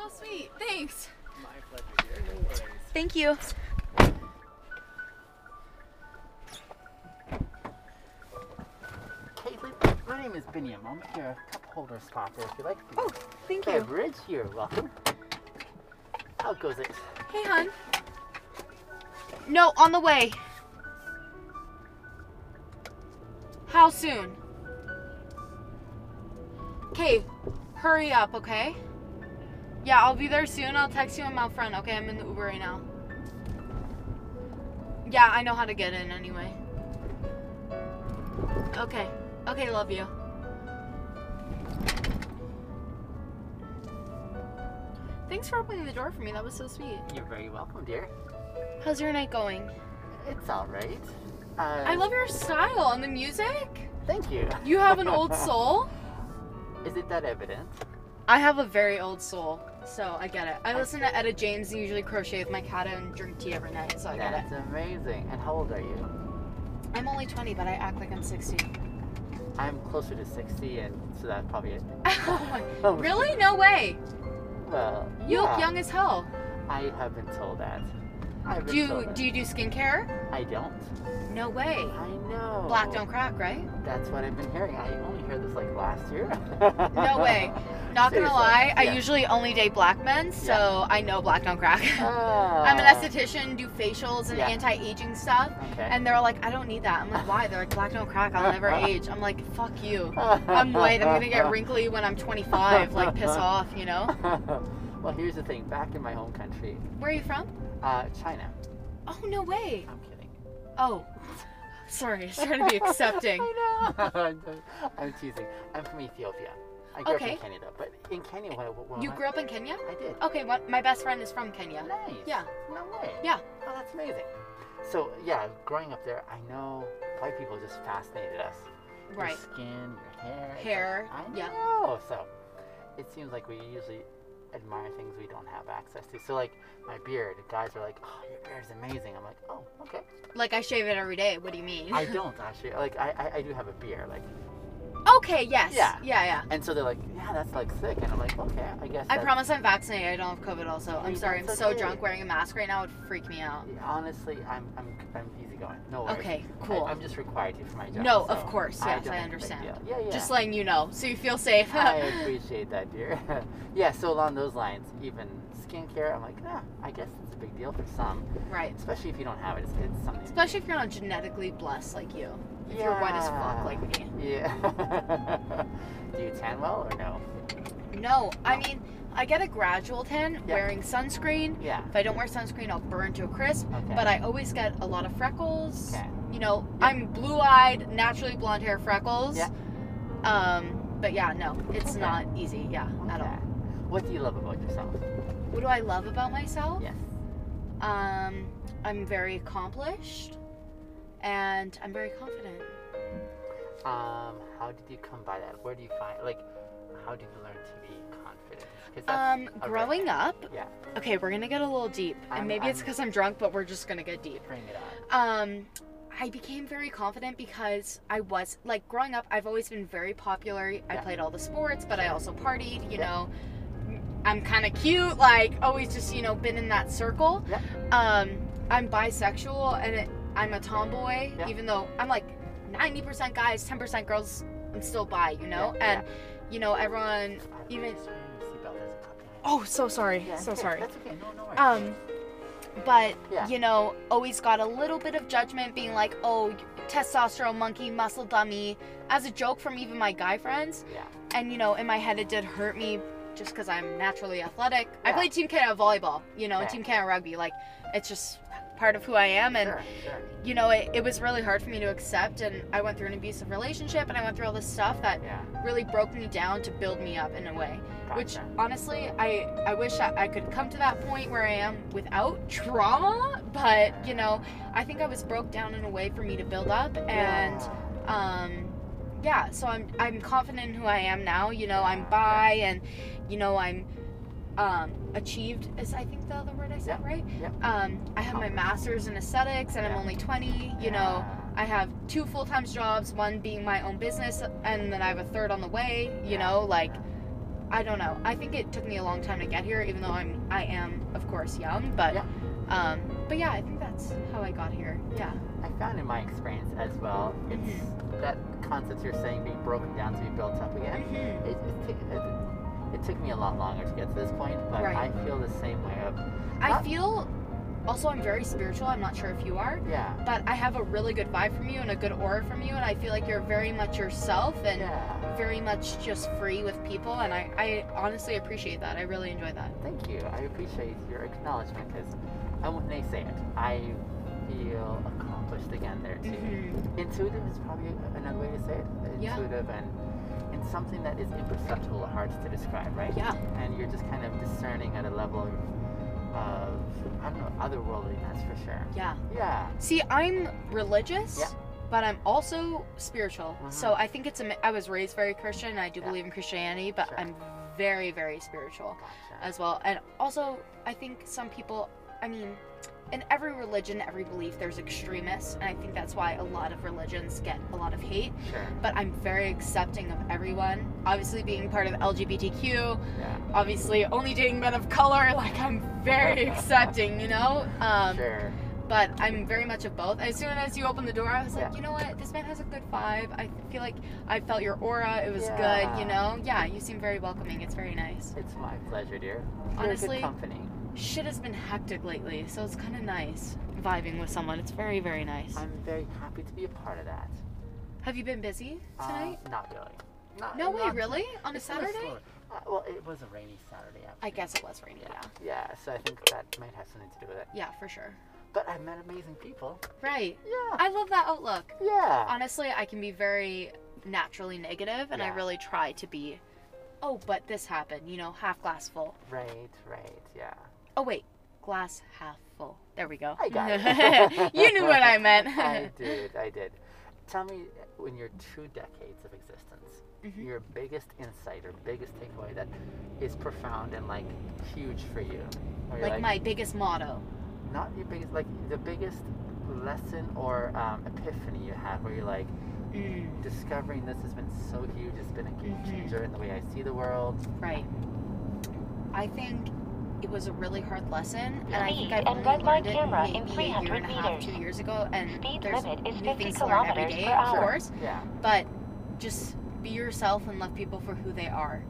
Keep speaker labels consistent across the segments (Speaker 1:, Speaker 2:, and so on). Speaker 1: Oh, sweet. Thanks.
Speaker 2: My pleasure, dear. No worries.
Speaker 3: Thank you.
Speaker 2: Caitlin, my name is Biniam. I'm here, a cup holder sponsor, if you like. the
Speaker 3: Oh, thank you.
Speaker 2: Beverage, you're welcome. How goes it?
Speaker 1: Hey, hon.
Speaker 3: No, on the way.
Speaker 1: How soon? Okay, hurry up, okay? Yeah, I'll be there soon. I'll text you. I'm out front, okay? I'm in the Uber right now. Yeah, I know how to get in anyway. Okay. Okay, love you. Thanks for opening the door for me. That was so sweet.
Speaker 2: You're very welcome, dear.
Speaker 1: How's your night going?
Speaker 2: It's all right. Uh,
Speaker 1: I love your style and the music.
Speaker 2: Thank you.
Speaker 1: You have an old soul.
Speaker 2: Is it that evident?
Speaker 1: I have a very old soul, so I get it. I listen to Etta James and usually crochet with my cat and drink tea every night, so I get
Speaker 2: That's amazing. And how old are you?
Speaker 1: it. I'm only 20, but I act like I'm 60.
Speaker 2: I'm closer to 60, and so that's probably it.
Speaker 1: Oh, really? No way.
Speaker 2: Well,
Speaker 1: You
Speaker 2: yeah,
Speaker 1: look young as hell.
Speaker 2: I have been told that. I've been
Speaker 1: Do you,
Speaker 2: told that.
Speaker 1: do you do skincare?
Speaker 2: I don't.
Speaker 1: No way.
Speaker 2: I know.
Speaker 1: Black don't crack, right?
Speaker 2: That's what I've been hearing. I only heard this like last year.
Speaker 1: No way. Not gonna
Speaker 2: Seriously,
Speaker 1: lie, I
Speaker 2: yeah.
Speaker 1: usually only date black men, so I know black don't crack.
Speaker 2: Ah,
Speaker 1: I'm an esthetician, do facials and
Speaker 2: Yeah.
Speaker 1: anti-aging stuff.
Speaker 2: Okay.
Speaker 1: And they're like, I don't need that. I'm like, why? They're like, black don't crack. I'll never age. I'm like, fuck you. I'm white. I'm gonna get wrinkly when I'm 25. Like, piss off, you know.
Speaker 2: well, here's the thing. Back in my home country,
Speaker 1: Where are you from?
Speaker 2: uh, China.
Speaker 1: Oh no way.
Speaker 2: I'm kidding.
Speaker 1: Oh, sorry. I was trying to be accepting.
Speaker 2: I know. I'm, I'm teasing. I'm from Ethiopia. I grew
Speaker 1: Okay.
Speaker 2: up in Canada, but in Kenya, when, I- when
Speaker 1: You
Speaker 2: I-
Speaker 1: grew up in Kenya?
Speaker 2: I did.
Speaker 1: Okay. What? My best friend is from Kenya.
Speaker 2: Nice.
Speaker 1: Yeah.
Speaker 2: No way.
Speaker 1: Yeah.
Speaker 2: Oh, that's amazing. So yeah, growing up there, I know white people just fascinated us.
Speaker 1: Right.
Speaker 2: Your skin, your hair. it's like,
Speaker 1: Hair,
Speaker 2: I
Speaker 1: yeah.
Speaker 2: know. So it seems like we usually admire things we don't have access to. So like my beard, guys are like, "Oh, your beard's amazing." I'm like, "Oh, okay."
Speaker 1: Like I shave it every day. What do you mean?
Speaker 2: I don't actually. Like I, I, I do have a beard. Like,
Speaker 1: okay. Yes.
Speaker 2: Yeah.
Speaker 1: Yeah. Yeah.
Speaker 2: and so they're like, "Yeah, that's like sick," and I'm like, "Okay, I guess."
Speaker 1: I
Speaker 2: that's-
Speaker 1: promise I'm vaccinated. I don't have COVID. Also, I'm
Speaker 2: Yeah,
Speaker 1: sorry. I'm
Speaker 2: that's
Speaker 1: so
Speaker 2: okay.
Speaker 1: drunk. Wearing a mask right now would freak me out.
Speaker 2: Honestly, I'm I'm I'm easygoing. No worries.
Speaker 1: Okay,
Speaker 2: I-
Speaker 1: cool.
Speaker 2: I'm just required to for my job.
Speaker 1: No,
Speaker 2: so
Speaker 1: of course, yes,
Speaker 2: don't
Speaker 1: I
Speaker 2: make a big
Speaker 1: understand.
Speaker 2: deal. Yeah, yeah.
Speaker 1: Just letting you know, so you feel safe.
Speaker 2: I appreciate that, dear. yeah, so along those lines, even skincare, I'm like, ah, I guess it's a big deal for some,
Speaker 1: right.
Speaker 2: especially if you don't have it. It's, it's something.
Speaker 1: Especially if you're not genetically blessed like you. If you're white as fuck
Speaker 2: Yeah.
Speaker 1: like me.
Speaker 2: Yeah. Do you tan well or no?
Speaker 1: No, I mean, I get a gradual tan wearing sunscreen.
Speaker 2: Yeah.
Speaker 1: If I don't wear sunscreen, I'll burn to a crisp.
Speaker 2: Okay.
Speaker 1: But I always get a lot of freckles.
Speaker 2: Okay.
Speaker 1: You know, I'm blue eyed, naturally blonde hair freckles.
Speaker 2: Yeah.
Speaker 1: Um, but yeah, no, it's
Speaker 2: Okay.
Speaker 1: not easy, yeah, at
Speaker 2: Okay.
Speaker 1: all.
Speaker 2: What do you love about yourself?
Speaker 1: What do I love about myself?
Speaker 2: Yes.
Speaker 1: Um, I'm very accomplished and I'm very confident.
Speaker 2: Um, how did you come by that? Where do you find like? How did you learn to be confident? 'Cause that's
Speaker 1: Um,
Speaker 2: a
Speaker 1: growing
Speaker 2: redneck.
Speaker 1: up,
Speaker 2: Yeah,
Speaker 1: okay, we're gonna get a little deep, and
Speaker 2: I'm-
Speaker 1: maybe it's
Speaker 2: I'm-
Speaker 1: because I'm drunk, but we're just gonna get deep.
Speaker 2: bring it on.
Speaker 1: Um, I became very confident because I was like growing up. I've always been very popular. I
Speaker 2: Yeah.
Speaker 1: played all the sports, but I also partied. You
Speaker 2: Yeah.
Speaker 1: know, I'm kind of cute. Like always, just you know, been in that circle.
Speaker 2: Yeah.
Speaker 1: Um, I'm bisexual and it, I'm a tomboy.
Speaker 2: Yeah.
Speaker 1: Even though I'm like 90% guys, 10% girls, I'm still bi. You know,
Speaker 2: Yeah,
Speaker 1: and you know everyone. Even Oh, so sorry. So sorry.
Speaker 2: That's okay. No, no worries.
Speaker 1: Um, but
Speaker 2: Yeah.
Speaker 1: you know, always got a little bit of judgment, being like, "Oh, testosterone monkey, muscle dummy," as a joke from even my guy friends.
Speaker 2: yeah.
Speaker 1: And you know, in my head, it did hurt me just because I'm naturally athletic. I
Speaker 2: Yeah.
Speaker 1: played Team Canada volleyball, you know,
Speaker 2: Yeah.
Speaker 1: Team Canada rugby. Like, it's just part of who I am, and
Speaker 2: sure, sure.
Speaker 1: you know, it, it was really hard for me to accept. And I went through an abusive relationship, and I went through all this stuff that
Speaker 2: Yeah.
Speaker 1: really broke me down to build me up in a way which
Speaker 2: gotcha.
Speaker 1: honestly i i wish I, I could come to that point where i am without trauma but you know i think i was broke down in a way for me to build up and
Speaker 2: Yeah.
Speaker 1: um yeah so i'm i'm confident in who i am now you know i'm bi and you know i'm um achieved is i think the other word i said
Speaker 2: Yeah,
Speaker 1: right
Speaker 2: yeah.
Speaker 1: um i have my master's in aesthetics and i'm
Speaker 2: Yeah.
Speaker 1: only 20 you know I have two full time jobs, one being my own business, and then I have a third on the way. You
Speaker 2: Yeah,
Speaker 1: know, like I don't know. I think it took me a long time to get here, even though I'm I am of course young, but
Speaker 2: Yeah.
Speaker 1: um, but yeah, I think that's how I got here. Yeah.
Speaker 2: I found in my experience as well, it's
Speaker 1: Mm-hmm.
Speaker 2: that concept you're saying being broken down to be built up again.
Speaker 1: Mhm.
Speaker 2: It, it, took- it, it took me a lot longer to get to this point, but
Speaker 1: Right.
Speaker 2: I feel the same way. Of,
Speaker 1: I
Speaker 2: Not-
Speaker 1: feel also I'm very spiritual. I'm not sure if you are,
Speaker 2: yeah,
Speaker 1: but I have a really good vibe from you and a good aura from you, and I feel like you're very much yourself and
Speaker 2: yeah.
Speaker 1: very much just free with people, and I I honestly appreciate that. I really enjoy that.
Speaker 2: Thank you. I appreciate your acknowledgement because I wouldn't they say it. I feel accomplished again there too.
Speaker 1: Mhm.
Speaker 2: Intuitive is probably another way to say it.
Speaker 1: Yeah.
Speaker 2: Intuitive and and something that is imperceptible or hard to describe, right?
Speaker 1: Yeah.
Speaker 2: and you're just kind of discerning at a level of, of I don't know, otherworldliness for sure.
Speaker 1: Yeah.
Speaker 2: Yeah.
Speaker 1: See, I'm religious,
Speaker 2: Yeah.
Speaker 1: but I'm also spiritual.
Speaker 2: Mhm.
Speaker 1: So I think it's a. mi- I was raised very Christian. And I do
Speaker 2: Yeah.
Speaker 1: believe in Christianity, but
Speaker 2: Sure.
Speaker 1: I'm very, very spiritual
Speaker 2: Gotcha.
Speaker 1: as well. And also, I think some people. I mean, in every religion, every belief, there's extremists, and I think that's why a lot of religions get a lot of hate.
Speaker 2: Sure.
Speaker 1: But I'm very accepting of everyone. Obviously, being part of LGBTQ,
Speaker 2: Yeah.
Speaker 1: obviously only dating men of color, like I'm very accepting, you know. Um,
Speaker 2: sure.
Speaker 1: but I'm very much of both. As soon as you opened the door, I was like,
Speaker 2: Yeah.
Speaker 1: you know what? This man has a good vibe. I feel like I felt your aura. It was good,
Speaker 2: Yeah.
Speaker 1: you know? Yeah, you seem very welcoming. It's very nice.
Speaker 2: It's my pleasure, dear. You're
Speaker 1: Honestly-
Speaker 2: Good company.
Speaker 1: Shit has been hectic lately, so it's kind of nice vibing with someone. It's very, very nice.
Speaker 2: I'm very happy to be a part of that.
Speaker 1: Have you been busy tonight?
Speaker 2: Uh, not really. Not,
Speaker 1: no way,
Speaker 2: not-
Speaker 1: really? On a
Speaker 2: it's been
Speaker 1: Saturday?
Speaker 2: slow- Uh, well, it was a rainy Saturday.
Speaker 1: I
Speaker 2: Actually.
Speaker 1: guess it was rainy, yeah.
Speaker 2: Yeah. Yeah. So I think that might have something to do with it.
Speaker 1: Yeah, for sure.
Speaker 2: But I met amazing people.
Speaker 1: Right.
Speaker 2: Yeah.
Speaker 1: I love that outlook.
Speaker 2: yeah.
Speaker 1: Honestly, I can be very naturally negative, and I
Speaker 2: Yeah.
Speaker 1: really try to be, oh, but this happened, you know, half glass full.
Speaker 2: Right. Right. Yeah.
Speaker 1: Oh wait, glass half full. There we go.
Speaker 2: I got it.
Speaker 1: you knew what I meant.
Speaker 2: I did, I did. Tell me, uh, in your two decades of existence,
Speaker 1: Mhm.
Speaker 2: your biggest insight or biggest takeaway that is profound and like huge for you. Or you're
Speaker 1: like my biggest motto.
Speaker 2: not your biggest, like the biggest lesson or um, epiphany you have where you're like
Speaker 1: Mm,
Speaker 2: discovering this has been so huge, it's been a game
Speaker 1: Mhm.
Speaker 2: changer in the way I see the world.
Speaker 1: right. I think it was a really hard lesson, and I think
Speaker 4: Speed
Speaker 1: I've
Speaker 4: and
Speaker 1: only
Speaker 4: red light
Speaker 1: learned it
Speaker 4: camera
Speaker 1: maybe
Speaker 4: in
Speaker 1: a year
Speaker 4: 300
Speaker 1: and a half,
Speaker 4: meters.
Speaker 1: two years ago, and
Speaker 4: Speed
Speaker 1: there's
Speaker 4: limit is
Speaker 1: new
Speaker 4: 50
Speaker 1: things to learn every
Speaker 4: kilometers
Speaker 1: day,
Speaker 4: per
Speaker 1: of
Speaker 4: hour.
Speaker 1: course.
Speaker 2: Yeah.
Speaker 1: But just be yourself and love people for who they are,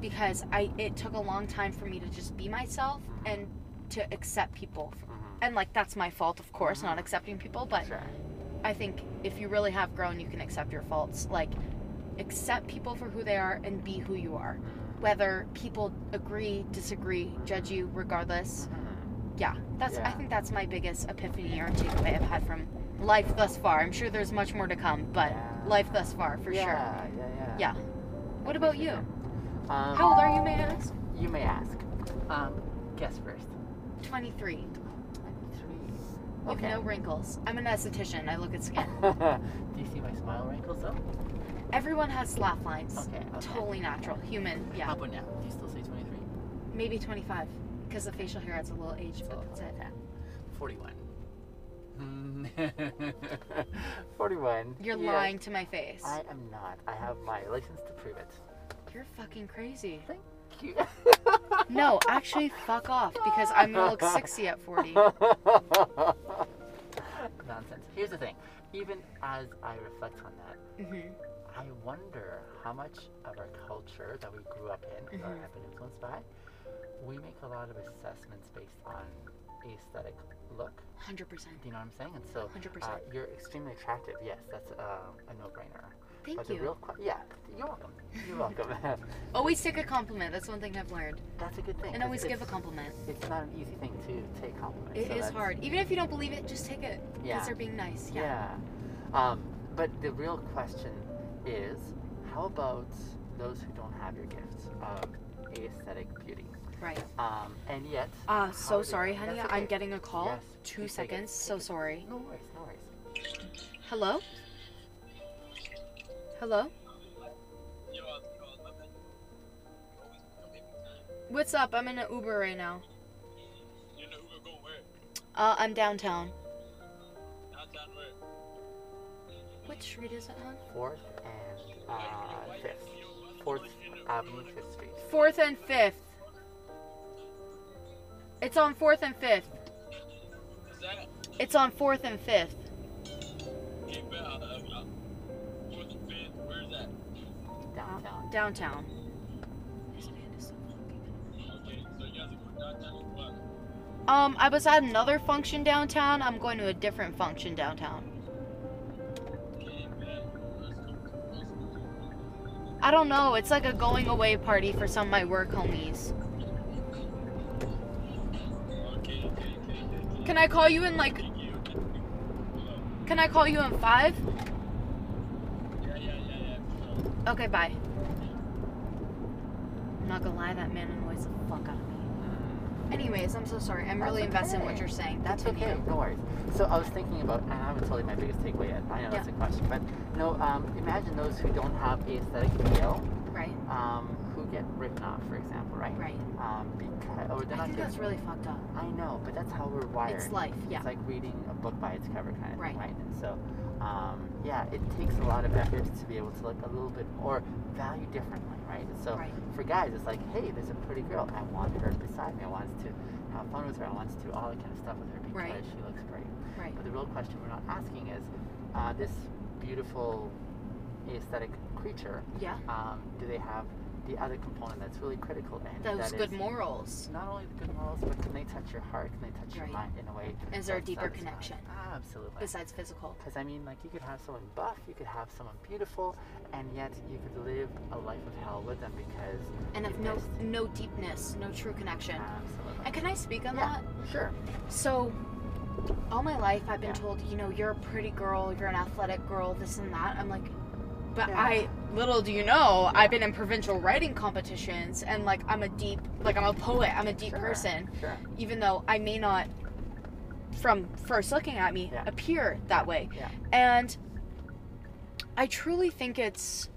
Speaker 1: because I it took a long time for me to just be myself and to accept people,
Speaker 2: hmm
Speaker 1: and like that's my fault, of course, not
Speaker 2: Mhm.
Speaker 4: Mm-hmm.
Speaker 1: accepting people, but.
Speaker 2: Sure.
Speaker 1: I think if you really have grown, you can accept your faults. Like, accept people for who they are and be who you are.
Speaker 2: Mhm.
Speaker 1: Whether people agree, disagree, judge you, regardless.
Speaker 2: Mhm.
Speaker 1: Yeah, that's. I
Speaker 2: Yeah.
Speaker 1: think that's my biggest epiphany or takeaway I've had from life thus far. I'm sure there's much more to come, but
Speaker 2: Yeah.
Speaker 1: life thus far for sure.
Speaker 2: Yeah, yeah,
Speaker 1: Yeah.
Speaker 2: yeah.
Speaker 1: What about you?
Speaker 2: Appreciate that. Um,
Speaker 1: How old are you, may I ask?
Speaker 2: You may ask. Um, guess first.
Speaker 1: 23.
Speaker 2: Three.
Speaker 1: With no wrinkles. I'm an esthetician. I look at skin.
Speaker 2: Do you see my smile wrinkles though?
Speaker 1: Everyone has laugh lines.
Speaker 2: Okay. okay.
Speaker 1: Totally natural, human.
Speaker 2: How
Speaker 1: Yeah,
Speaker 2: about now? Do you still say 23?
Speaker 1: maybe 25 because the facial hair adds a little age, but that's it.
Speaker 2: Okay. 41. Hmm. 41.
Speaker 1: You're
Speaker 2: Yeah.
Speaker 1: lying to my face.
Speaker 2: I am not. I have my license to prove it.
Speaker 1: You're fucking crazy.
Speaker 2: Cute.
Speaker 1: No, actually, fuck off because I'm gonna look 60 at 40.
Speaker 2: Nonsense. Here's the thing. Even as I reflect on that,
Speaker 1: Mhm.
Speaker 2: I wonder how much of our culture that we grew up in or
Speaker 1: Mhm.
Speaker 2: have been influenced by, we make a lot of assessments based on aesthetic look.
Speaker 1: 100%.
Speaker 2: Do you know what I'm saying? And so uh,
Speaker 1: 100%.
Speaker 2: you're extremely attractive. Yes, that's um, a no-brainer. but
Speaker 1: Thank
Speaker 2: the
Speaker 1: you.
Speaker 2: real que- yeah, you're welcome. You're welcome.
Speaker 1: Always take a compliment. That's one thing I've learned.
Speaker 2: that's a good thing.
Speaker 1: And
Speaker 2: 'cause
Speaker 1: always give a
Speaker 2: it's-
Speaker 1: compliment.
Speaker 2: It's not an easy thing to take compliments.
Speaker 1: It
Speaker 2: so
Speaker 1: is
Speaker 2: that's-
Speaker 1: hard. Even if you don't believe it, just take it because
Speaker 2: Yeah.
Speaker 1: they're being nice. Yeah.
Speaker 2: Yeah. Um, but the real question is how about those who don't have your gifts of aesthetic beauty?
Speaker 1: Right.
Speaker 2: Um, and yet.
Speaker 1: Ah,
Speaker 2: how
Speaker 1: so
Speaker 2: do-
Speaker 1: sorry, honey.
Speaker 2: That's
Speaker 1: I'm
Speaker 2: okay.
Speaker 1: getting a call.
Speaker 2: Yes,
Speaker 1: Two
Speaker 2: you take it.
Speaker 1: seconds. So sorry.
Speaker 2: No worries, no worries.
Speaker 1: Hello? Hello? What's up? I'm in an Uber right now. Uh, I'm downtown. What street is it, hon?
Speaker 2: Fourth and uh, fifth. Fourth, Avenue, Fifth Street.
Speaker 1: Fourth and fifth. It's on fourth and fifth.
Speaker 4: What's that?
Speaker 1: It's on fourth and fifth.
Speaker 4: Hey, Bell, uh, uh, fourth and fifth, where's that?
Speaker 2: Downtown.
Speaker 1: Downtown.
Speaker 4: Okay, so you guys are going downtown or what?
Speaker 1: Um, I was at another function downtown. I'm going to a different function downtown.
Speaker 4: Okay, man, let's go to the place.
Speaker 1: I don't know. It's like a going away party for some of my work homies.
Speaker 4: Okay, okay, okay, okay.
Speaker 1: Can I call you in like?
Speaker 4: Thank you. Hello.
Speaker 1: Can I call you in five?
Speaker 4: Yeah, yeah, yeah, yeah. Hello.
Speaker 1: Okay, bye. I'm not gonna lie, that man annoys the fuck out of me. Anyways, I'm so sorry. I'm really
Speaker 2: That's
Speaker 1: invested in what
Speaker 2: okay.
Speaker 1: you're saying. That's
Speaker 2: It's okay, no worries. So I was thinking about, and I haven't told you my biggest takeaway yet. I know it's a question, but no. Um, imagine those who don't have the aesthetic appeal,
Speaker 1: Right,
Speaker 2: um, who get written off, for example, right?
Speaker 1: right.
Speaker 2: Um, because or they're
Speaker 1: I
Speaker 2: not
Speaker 1: think
Speaker 2: good-
Speaker 1: that's really fucked up.
Speaker 2: I know, but that's how we're wired.
Speaker 1: It's life, yeah.
Speaker 2: It's like reading a book by its cover kind of
Speaker 1: Right.
Speaker 2: thing, right? And so, um, yeah, it takes a lot of effort to be able to look a little bit or value differently, right? And so
Speaker 1: Right.
Speaker 2: for guys, it's like, hey, there's a pretty girl. I want her beside me. I want to have fun with her. I want to do all that kind of stuff with her because
Speaker 1: Right.
Speaker 2: she looks pretty.
Speaker 1: Right.
Speaker 2: But the real question we're not asking is, uh, this beautiful aesthetic creature,
Speaker 1: Yeah.
Speaker 2: um, do they have the other component that's really critical and
Speaker 1: Those
Speaker 2: that
Speaker 1: good
Speaker 2: is-
Speaker 1: morals.
Speaker 2: not only the good morals, but can they touch your heart? Can they touch your
Speaker 1: Right.
Speaker 2: mind in a way?
Speaker 1: Is there a
Speaker 2: that's
Speaker 1: deeper
Speaker 2: satisfying?
Speaker 1: connection?
Speaker 2: Absolutely.
Speaker 1: Besides physical.
Speaker 2: Because I mean, like you could have someone buff, you could have someone beautiful, and yet you could live a life of hell with them because
Speaker 1: And
Speaker 2: you
Speaker 1: of no
Speaker 2: missed.
Speaker 1: no deepness, no true connection.
Speaker 2: absolutely.
Speaker 1: And can I speak on
Speaker 2: Yeah.
Speaker 1: that?
Speaker 2: Sure.
Speaker 1: So, all my life I've been
Speaker 2: Yeah.
Speaker 1: told, you know, you're a pretty girl, you're an athletic girl, this and that. I'm like, but
Speaker 2: Yeah.
Speaker 1: I, little do you know, I've been in provincial writing competitions and like I'm a deep, like I'm a poet, I'm a deep
Speaker 2: Sure.
Speaker 1: person,
Speaker 2: Sure.
Speaker 1: even though I may not, from first looking at me,
Speaker 2: Yeah.
Speaker 1: appear that way.
Speaker 2: Yeah.
Speaker 1: And I truly think it's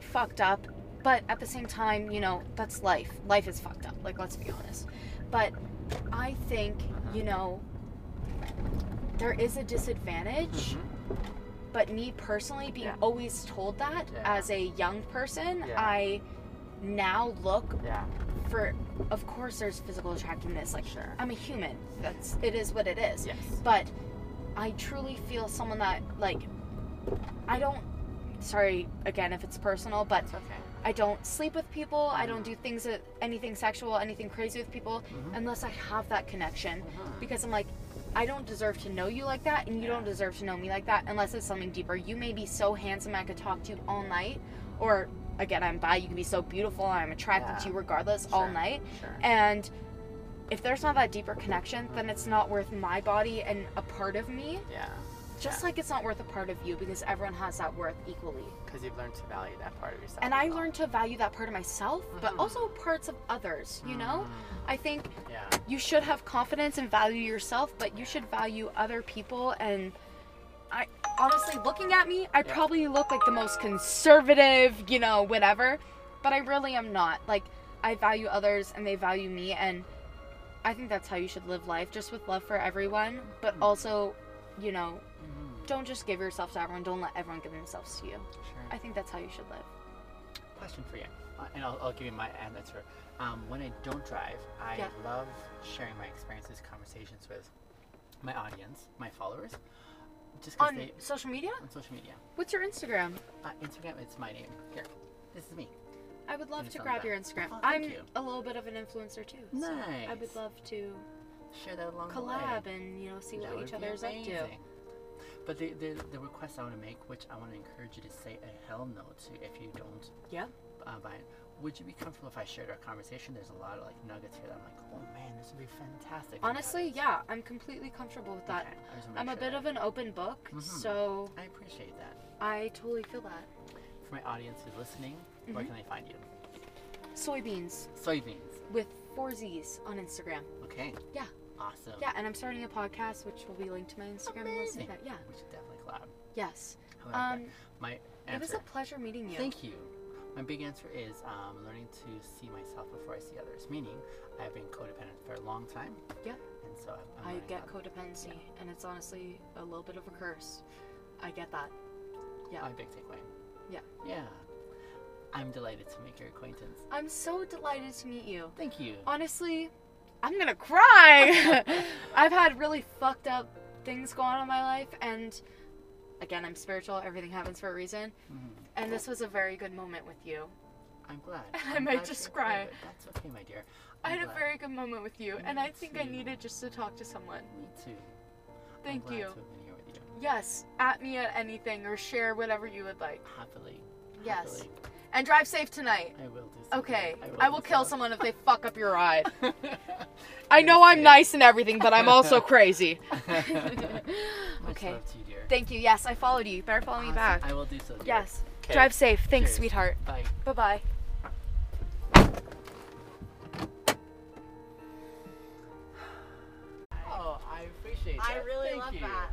Speaker 1: fucked up, but at the same time, you know, that's life. Life is fucked up. Like, let's be honest. But I think,
Speaker 2: Uh-huh.
Speaker 1: you know, there is a disadvantage,
Speaker 2: Mhm.
Speaker 1: but me personally being
Speaker 2: Yeah.
Speaker 1: always told that
Speaker 2: Yeah.
Speaker 1: as a young person,
Speaker 2: Yeah.
Speaker 1: I now look
Speaker 2: Mm-hmm. Yeah.
Speaker 1: for of course there's physical attractiveness like
Speaker 2: Sure.
Speaker 1: I'm a human. That's it is what it is
Speaker 2: Yes.
Speaker 1: but I truly feel someone that like I don't sorry again if it's personal but
Speaker 2: It's okay.
Speaker 1: I don't sleep with people I don't do things that- anything sexual anything crazy with people
Speaker 2: Mhm.
Speaker 1: unless I have that connection
Speaker 2: Mhm.
Speaker 1: because I'm like I don't deserve to know you like that and you don't
Speaker 2: Yeah.
Speaker 1: deserve to know me like that unless it's something deeper you may be so handsome I could talk to you all night or again I'm bi you can be so beautiful and I'm attracted to
Speaker 2: Yeah.
Speaker 1: you regardless all
Speaker 2: Sure.
Speaker 1: night
Speaker 2: Mm-hmm. Sure.
Speaker 1: and if there's not that deeper connection, then it's not worth my body and a part of me,
Speaker 2: yeah.
Speaker 1: just like it's not worth a part of you because everyone has that worth equally.
Speaker 2: Because you've learned to value that part of yourself.
Speaker 1: And I
Speaker 2: as well.
Speaker 1: learned to value that part of myself, but
Speaker 2: Mhm.
Speaker 1: also parts of others, you know?
Speaker 2: Mm.
Speaker 1: I think
Speaker 2: Yeah.
Speaker 1: you should have confidence and value yourself, but you should value other people and I honestly looking at me, I
Speaker 2: Yeah.
Speaker 1: probably look like the most conservative, you know, whatever, but I really am not. Like I value others and they value me and I think that's how you should live life, just with love for everyone, but
Speaker 2: Mhm.
Speaker 1: also, you know,
Speaker 2: Mhm.
Speaker 1: don't just give yourself to everyone, don't let everyone give themselves to you.
Speaker 2: Sure.
Speaker 1: I think that's how you should live.
Speaker 2: Question for you, uh, and I'll, I'll give you my answer. Um, when I don't drive, I
Speaker 1: Yeah.
Speaker 2: love sharing my experiences, conversations with my audience, my followers, just because
Speaker 1: On
Speaker 2: they
Speaker 1: social media?
Speaker 2: on social media.
Speaker 1: What's your Instagram?
Speaker 2: Uh, Instagram, it's my name. Here, this is me.
Speaker 1: I would love
Speaker 2: It's
Speaker 1: to
Speaker 2: on
Speaker 1: grab
Speaker 2: the
Speaker 1: your
Speaker 2: back.
Speaker 1: Instagram.
Speaker 2: Oh, thank
Speaker 1: I'm
Speaker 2: you.
Speaker 1: a little bit of an influencer too. so
Speaker 2: Nice.
Speaker 1: I would love to
Speaker 2: Share that along the way.
Speaker 1: collab and you know see
Speaker 2: That
Speaker 1: what
Speaker 2: would
Speaker 1: each
Speaker 2: be
Speaker 1: other's up to.
Speaker 2: amazing. But the, the, the request I want to make, which I want to encourage you to say a hell no to if you don't
Speaker 1: Yeah.
Speaker 2: uh, buy it, would you be comfortable if I shared our conversation? There's a lot of like nuggets here that I'm like, oh man, this would be fantastic. if I had
Speaker 1: Honestly,
Speaker 2: this."
Speaker 1: yeah, I'm completely comfortable with that.
Speaker 2: Okay, I just wanna
Speaker 1: I'm
Speaker 2: make
Speaker 1: a
Speaker 2: sure
Speaker 1: bit of an open book,
Speaker 2: Mhm.
Speaker 1: so
Speaker 2: that- I appreciate that.
Speaker 1: I totally feel that.
Speaker 2: For my audience who's listening, where
Speaker 1: Mm-hmm.
Speaker 2: can they find you?
Speaker 1: Soybeans
Speaker 2: Soybeans.
Speaker 1: with four Z's on Instagram.
Speaker 2: Okay.
Speaker 1: Yeah.
Speaker 2: Awesome.
Speaker 1: Yeah, and I'm starting a podcast which will be linked to my Instagram. and you'll see
Speaker 2: Oh. Amazing.
Speaker 1: that. Yeah.
Speaker 2: We should definitely collab.
Speaker 1: Yes.
Speaker 2: I like that.
Speaker 1: Um,
Speaker 2: my
Speaker 1: it was
Speaker 2: answer.
Speaker 1: a pleasure meeting you.
Speaker 2: Thank you. My big answer is um, learning to see myself before I see others. Meaning, I've been codependent for a long time.
Speaker 1: Yeah.
Speaker 2: And so I'm, I'm
Speaker 1: I
Speaker 2: learning
Speaker 1: get
Speaker 2: that.
Speaker 1: codependency, and it's honestly a little bit of a curse. I get that. yeah.
Speaker 2: My big takeaway.
Speaker 1: Yeah.
Speaker 2: Yeah. I'm delighted to make your acquaintance.
Speaker 5: I'm so delighted to meet you.
Speaker 2: Thank you.
Speaker 5: Honestly, I'm gonna cry. I've had really fucked up things going on in my life, and again, I'm spiritual. Everything happens for a reason.
Speaker 2: Mhm.
Speaker 5: And this was a very good moment with you.
Speaker 2: I'm glad.
Speaker 5: I
Speaker 2: I'm
Speaker 5: might
Speaker 2: glad
Speaker 5: just
Speaker 2: you're
Speaker 5: cry.
Speaker 2: glad. That's okay, my dear.
Speaker 5: I
Speaker 2: I'm
Speaker 5: had a
Speaker 2: glad.
Speaker 5: very good moment with you, and I
Speaker 2: Me
Speaker 5: think I
Speaker 2: too.
Speaker 5: needed just to talk to someone.
Speaker 2: Me too.
Speaker 5: Thank
Speaker 2: I'm glad
Speaker 5: you.
Speaker 2: To have been here with you.
Speaker 5: Yes, at me at anything or share whatever you would like.
Speaker 2: Happily.
Speaker 5: Yes.
Speaker 2: Happily.
Speaker 5: And drive safe tonight.
Speaker 2: I will do so.
Speaker 5: Okay,
Speaker 2: will
Speaker 5: I will
Speaker 2: do
Speaker 5: kill
Speaker 2: so.
Speaker 5: someone if they fuck up your ride. I
Speaker 2: Yes,
Speaker 5: know I'm
Speaker 2: yes.
Speaker 5: nice and everything, but I'm also crazy.
Speaker 2: Much
Speaker 5: Okay.
Speaker 2: love to you, dear.
Speaker 5: Thank you. Yes, I followed you. You better follow me
Speaker 2: Awesome.
Speaker 5: back.
Speaker 2: I will do so. Dear.
Speaker 5: Yes.
Speaker 2: Okay.
Speaker 5: Drive safe. Thanks,
Speaker 2: Cheers.
Speaker 5: sweetheart.
Speaker 2: Bye.
Speaker 5: Bye bye.
Speaker 2: Oh, I appreciate that.
Speaker 1: I really
Speaker 2: Thank
Speaker 1: love
Speaker 2: you.
Speaker 1: that.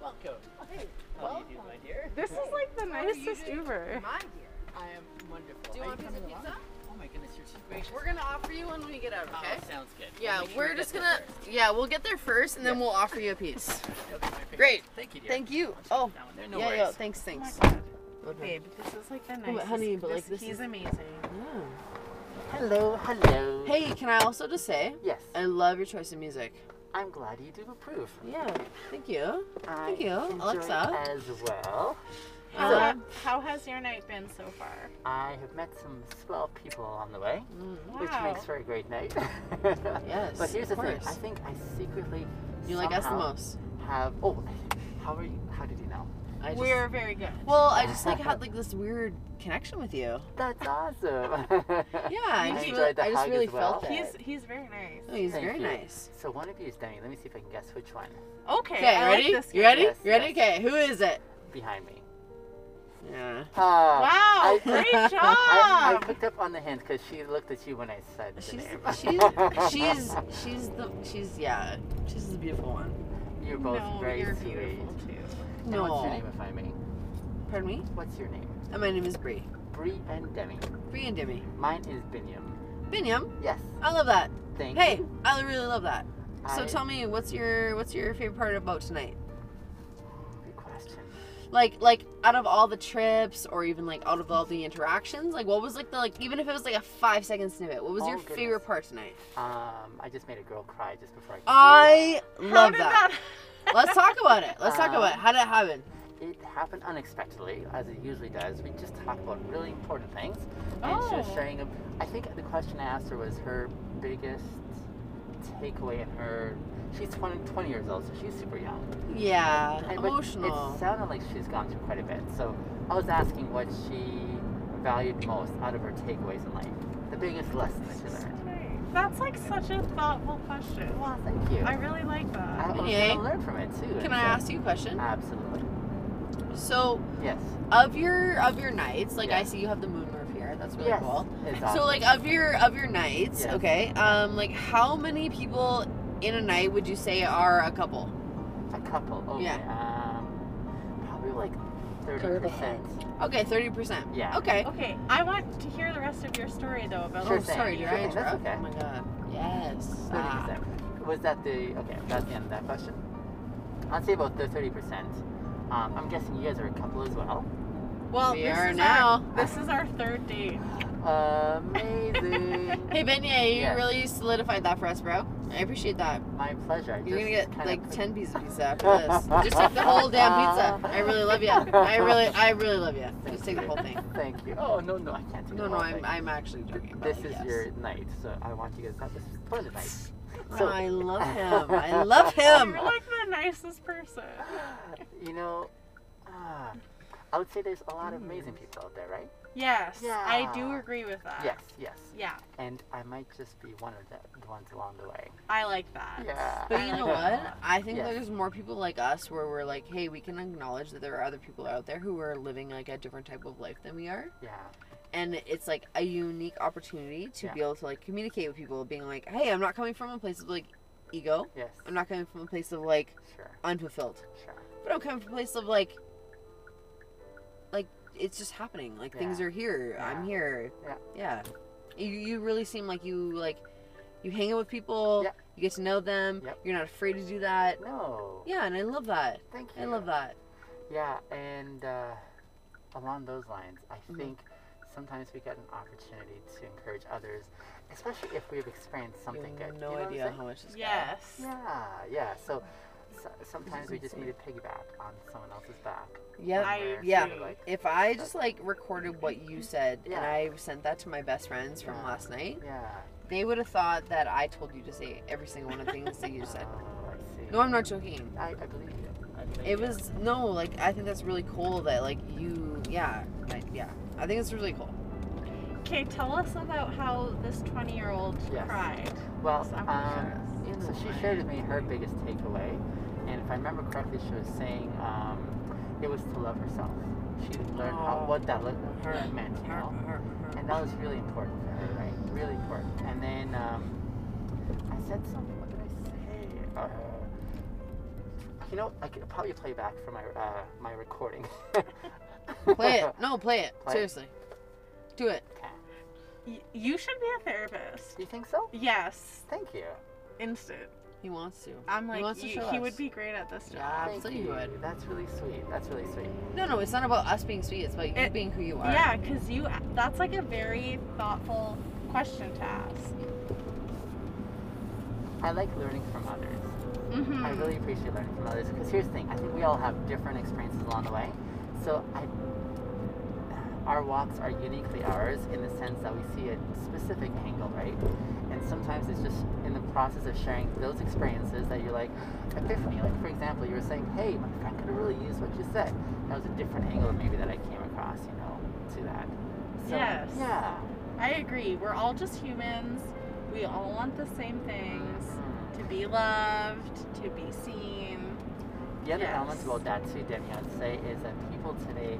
Speaker 2: Welcome.
Speaker 1: Hey,
Speaker 2: How do you do, my dear?
Speaker 6: This is like the nicest Uber.
Speaker 1: My dear.
Speaker 2: I am wonderful.
Speaker 1: Do you
Speaker 2: Are
Speaker 1: want a piece
Speaker 2: coming
Speaker 1: of
Speaker 2: along?
Speaker 1: pizza?
Speaker 2: Oh my goodness, you're too gracious.
Speaker 1: We're gonna offer you one when we get out,
Speaker 2: Oh,
Speaker 1: okay?
Speaker 2: sounds good. We'll
Speaker 1: Yeah,
Speaker 2: make sure
Speaker 1: we're
Speaker 2: we
Speaker 1: just
Speaker 2: get
Speaker 1: gonna.
Speaker 2: there first.
Speaker 1: Yeah, we'll get there first, and then
Speaker 2: Yeah.
Speaker 1: we'll offer you a piece.
Speaker 2: Okay, my favorite.
Speaker 1: Great.
Speaker 2: Thank you, dear.
Speaker 1: Thank you.
Speaker 2: I'll
Speaker 1: Oh,
Speaker 2: check that one. There are no
Speaker 1: yeah,
Speaker 2: worries.
Speaker 1: yeah. Thanks, thanks.
Speaker 6: Babe, this is like the
Speaker 1: but
Speaker 6: nicest.
Speaker 1: honey, but,
Speaker 6: this-
Speaker 1: like, this
Speaker 6: he's
Speaker 1: is-
Speaker 6: amazing.
Speaker 2: Hello, hello.
Speaker 1: Hey, can I also just say,
Speaker 2: Yes,
Speaker 1: I love your choice of music.
Speaker 2: I'm glad you do approve.
Speaker 1: Yeah, thank you.
Speaker 2: Thank
Speaker 1: you, Alexa.
Speaker 2: As well,
Speaker 6: How,
Speaker 1: So-
Speaker 6: ha- how has your night been so far?
Speaker 2: I have met some swell people on the way,
Speaker 6: Wow.
Speaker 2: which makes for a great night.
Speaker 1: Yes,
Speaker 2: But here's the
Speaker 1: of
Speaker 2: thing. I
Speaker 1: course.
Speaker 2: think I secretly
Speaker 1: You like us the
Speaker 2: somehow
Speaker 1: most.
Speaker 2: Have oh, how are you? How did you know?
Speaker 1: I just,
Speaker 6: We're very good.
Speaker 1: well, I just like had like this weird connection with you.
Speaker 2: That's awesome.
Speaker 1: Yeah, I
Speaker 2: You
Speaker 1: just
Speaker 2: enjoyed
Speaker 1: really,
Speaker 2: the
Speaker 1: I just
Speaker 2: hug
Speaker 1: really
Speaker 2: as well?
Speaker 1: felt it.
Speaker 6: He's he's very nice.
Speaker 1: oh, he's
Speaker 2: Thank
Speaker 1: very
Speaker 2: you.
Speaker 1: nice.
Speaker 2: So one of you is Demi. Let me see if I can guess which one
Speaker 6: Okay.
Speaker 1: Okay,
Speaker 6: I
Speaker 1: ready?
Speaker 6: Like this
Speaker 1: you ready?
Speaker 2: Yes,
Speaker 1: you ready? Okay, who is it?
Speaker 2: behind me.
Speaker 1: Yeah.
Speaker 2: Ah,
Speaker 6: Wow!
Speaker 2: I-
Speaker 6: Great
Speaker 1: I-
Speaker 6: job.
Speaker 2: I, I picked up on the hint because she looked at you when I said the
Speaker 1: She's
Speaker 2: name.
Speaker 1: she's she's she's the she's yeah she's the beautiful one.
Speaker 2: You're both
Speaker 6: no,
Speaker 2: very
Speaker 6: you're
Speaker 2: sweet.
Speaker 6: beautiful too.
Speaker 2: And what's your
Speaker 1: No,
Speaker 2: name if I may?
Speaker 1: pardon me.
Speaker 2: What's your name?
Speaker 1: And my name is Bree.
Speaker 2: Bree and Demi.
Speaker 1: Bree and Demi.
Speaker 2: Mine is Binyam.
Speaker 1: Binyam.
Speaker 2: Yes.
Speaker 1: I love that.
Speaker 2: Thank
Speaker 1: Hey,
Speaker 2: you.
Speaker 1: I really love that. So
Speaker 2: I-
Speaker 1: tell me, what's your what's your favorite part about tonight?
Speaker 2: Good question.
Speaker 1: Like like out of all the trips, or even like out of all the interactions, like what was like the like even if it was like a five second snippet, what was
Speaker 2: Oh,
Speaker 1: your
Speaker 2: goodness.
Speaker 1: favorite part tonight?
Speaker 2: Um, I just made a girl cry just before I. came
Speaker 1: I
Speaker 6: How
Speaker 1: love
Speaker 6: did
Speaker 1: that. Let's talk about it. Let's talk about it.
Speaker 2: Um,
Speaker 1: How did it happen?
Speaker 2: through. It happened unexpectedly, as it usually does. We just talk about really important things, and she was
Speaker 6: Oh.
Speaker 2: sharing. a- I think the question I asked her was her biggest takeaway in her. She's 20, 20 years old, so she's super young.
Speaker 1: Yeah,
Speaker 2: And- but It
Speaker 1: emotional.
Speaker 2: sounded like she's gone through quite a bit. So I was asking what she valued most out of her takeaways in life, the biggest lesson that she learned.
Speaker 6: Nice. That's like such a thoughtful question.
Speaker 2: Well, thank you.
Speaker 6: I
Speaker 2: I,
Speaker 6: really like
Speaker 2: I
Speaker 6: that.
Speaker 2: was
Speaker 1: Yeah.
Speaker 2: gonna learn from it too.
Speaker 1: Can
Speaker 2: and
Speaker 1: I
Speaker 2: so-
Speaker 1: ask you a question?
Speaker 2: Uh, Absolutely.
Speaker 1: So
Speaker 2: Yes.
Speaker 1: of your of your nights, like
Speaker 2: Yeah.
Speaker 1: I see you have the moon roof here. That's really
Speaker 2: yes.
Speaker 1: cool.
Speaker 2: It's
Speaker 1: So
Speaker 2: awesome.
Speaker 1: like of your of your nights,
Speaker 2: Yes.
Speaker 1: okay? Um like how many people in a night would you say are a couple?
Speaker 2: a couple. Okay. Um, probably like thirty percent.
Speaker 1: Okay, 30%.
Speaker 2: Yeah.
Speaker 1: Okay.
Speaker 6: Okay, I want to hear the rest of your story though about
Speaker 2: Sure
Speaker 1: oh,
Speaker 2: thing.
Speaker 1: sorry, did
Speaker 2: Sure
Speaker 1: I
Speaker 2: thing, that's
Speaker 1: interrupt?
Speaker 2: okay.
Speaker 1: Oh my god. Yes.
Speaker 2: Thirty
Speaker 1: Ah.
Speaker 2: percent. Was that the okay? That's the end of that question. I'd say about the thirty percent. Um, I'm guessing you guys are a couple as well.
Speaker 6: Well,
Speaker 1: We
Speaker 6: this
Speaker 1: are
Speaker 6: is
Speaker 1: now.
Speaker 6: Our, this is our third date.
Speaker 2: Amazing.
Speaker 1: Ah. Hey Benya, you
Speaker 2: Yes.
Speaker 1: really solidified that for us, bro. I appreciate that.
Speaker 2: My pleasure. I
Speaker 1: You're gonna
Speaker 2: just
Speaker 1: get
Speaker 2: kinda
Speaker 1: like
Speaker 2: put-
Speaker 1: ten pieces of pizza after this. Just take the whole damn pizza. I really love you. I really, I really love you.
Speaker 2: Thank
Speaker 1: Just take the
Speaker 2: you.
Speaker 1: whole thing.
Speaker 2: Thank you. Oh no no I can't do
Speaker 1: No,
Speaker 2: the
Speaker 1: no,
Speaker 2: whole
Speaker 1: I'm,
Speaker 2: thing.
Speaker 1: I'm actually joking. but,
Speaker 2: This
Speaker 1: like,
Speaker 2: is
Speaker 1: yes.
Speaker 2: your night, so I want you guys to have this is part of the night.
Speaker 1: Oh, I love him. I love him.
Speaker 6: You're like the nicest person.
Speaker 2: You know, ah, I would say there's a lot of amazing
Speaker 1: Mm.
Speaker 2: people out there, right?
Speaker 6: Yes, I do
Speaker 2: Yeah.
Speaker 6: agree with
Speaker 1: Ah.
Speaker 6: that.
Speaker 2: Yes, yes.
Speaker 6: Yeah,
Speaker 2: And I might just be one of the the ones along the way.
Speaker 6: I like that.
Speaker 2: Yeah.
Speaker 1: But you know what? I think
Speaker 2: Yes.
Speaker 1: there's more people like us where we're like, hey, we can acknowledge that there are other people out there who are living like a different type of life than we are.
Speaker 2: Yeah.
Speaker 1: And it's like a unique opportunity to be
Speaker 2: Yeah.
Speaker 1: able to like communicate with people, being like, hey, I'm not coming from a place of like ego.
Speaker 2: Yes.
Speaker 1: I'm not coming from a place of like
Speaker 2: sure.
Speaker 1: unfulfilled.
Speaker 2: Sure.
Speaker 1: But I'm coming from a place of like, like it's just happening. Like things
Speaker 2: Yeah.
Speaker 1: are here. I'm
Speaker 2: Yeah.
Speaker 1: here.
Speaker 2: Yeah.
Speaker 1: Yeah. You, you really seem like you like, you hang out with people.
Speaker 2: Yep.
Speaker 1: You get to know them.
Speaker 2: Yep.
Speaker 1: You're not afraid to do that.
Speaker 2: No.
Speaker 1: Yeah, and I love that.
Speaker 2: Thank you.
Speaker 1: I love that.
Speaker 2: Yeah, and uh, along those lines, I
Speaker 3: Mm-hmm.
Speaker 1: Mhm.
Speaker 2: think sometimes we get an opportunity to encourage others, especially if we've experienced
Speaker 3: You
Speaker 2: something
Speaker 3: have
Speaker 2: good.
Speaker 3: no
Speaker 2: you know what I'm
Speaker 3: idea Mm-hmm.
Speaker 2: saying?
Speaker 3: how much this guy.
Speaker 6: Yes.
Speaker 2: Yeah, yeah. So, so sometimes we just need to piggyback on someone else's back.
Speaker 3: Yep.
Speaker 6: I
Speaker 2: Where,
Speaker 3: yeah.
Speaker 2: sort of Like,
Speaker 3: If I just like recorded what you said and
Speaker 2: Yeah.
Speaker 3: I sent that to my best friends from
Speaker 2: Yeah.
Speaker 3: last night,
Speaker 2: yeah.
Speaker 3: they would have thought that I told you to say every single one of the things that you said.
Speaker 2: Oh, I see.
Speaker 3: No, I'm not joking.
Speaker 2: I, I believe you. I believe
Speaker 3: It
Speaker 2: you.
Speaker 3: was no, like I think that's really cool that like you, yeah, like, yeah. I think it's really cool.
Speaker 6: Okay, tell us about how this 20 year old
Speaker 2: Yes.
Speaker 6: cried.
Speaker 2: Well,
Speaker 6: I'm
Speaker 2: um,
Speaker 6: curious.
Speaker 2: so she shared with me her biggest takeaway, and if I remember correctly, she was saying um, it was to love herself. She learned how,
Speaker 3: Oh.
Speaker 2: what that look
Speaker 3: Her-
Speaker 2: meant, you know, and that was really important for her, right? Really important. And then um, I said something. What did I say? Uh, you know, I could probably play back for my uh, my recording.
Speaker 3: Play it. No, play it.
Speaker 2: Play it.
Speaker 3: Seriously. Do it.
Speaker 2: Okay.
Speaker 6: Y- you should be a therapist.
Speaker 2: Do you think so?
Speaker 6: Yes,
Speaker 2: Thank you.
Speaker 6: instant.
Speaker 3: He wants to.
Speaker 6: I'm
Speaker 3: he
Speaker 6: like,
Speaker 3: wants to
Speaker 6: you,
Speaker 3: show
Speaker 6: he
Speaker 3: us.
Speaker 6: would be great at this job.
Speaker 3: Yeah,
Speaker 2: Thank
Speaker 3: absolutely he would.
Speaker 2: you. That's really sweet. That's really sweet.
Speaker 3: No, no, it's not about us being sweet. It's about you
Speaker 6: It-
Speaker 3: being who you are.
Speaker 6: Yeah, because you, that's like a very thoughtful question to ask.
Speaker 2: I like learning from others.
Speaker 6: Mm-hmm.
Speaker 2: I really appreciate learning from others because here's the thing: I think we all have different experiences along the way. So I, our walks are uniquely ours in the sense that we see a specific angle, right? And sometimes it's just in the process of sharing those experiences that you're like epiphany. Like for example, you were saying, "Hey, my friend could have really used what you said." That was a different angle maybe that I came across, you know, to that. So,
Speaker 6: Yes.
Speaker 2: Yeah.
Speaker 6: I agree. We're all just humans. We all want the same things
Speaker 2: Mhm.
Speaker 6: to be loved, to be seen.
Speaker 2: The other
Speaker 6: Yes.
Speaker 2: element about that too, Demi, I'd say is that people today,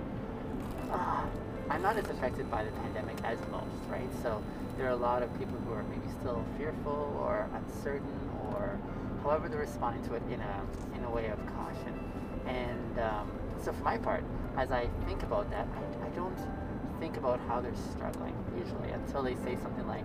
Speaker 2: uh, I'm not as affected by the pandemic as most, right? So there are a lot of people who are maybe still fearful or uncertain or however they're responding to it in a, in a way of caution. And um, so for my part, as I think about that, I, I don't think about how they're struggling usually until they say something like,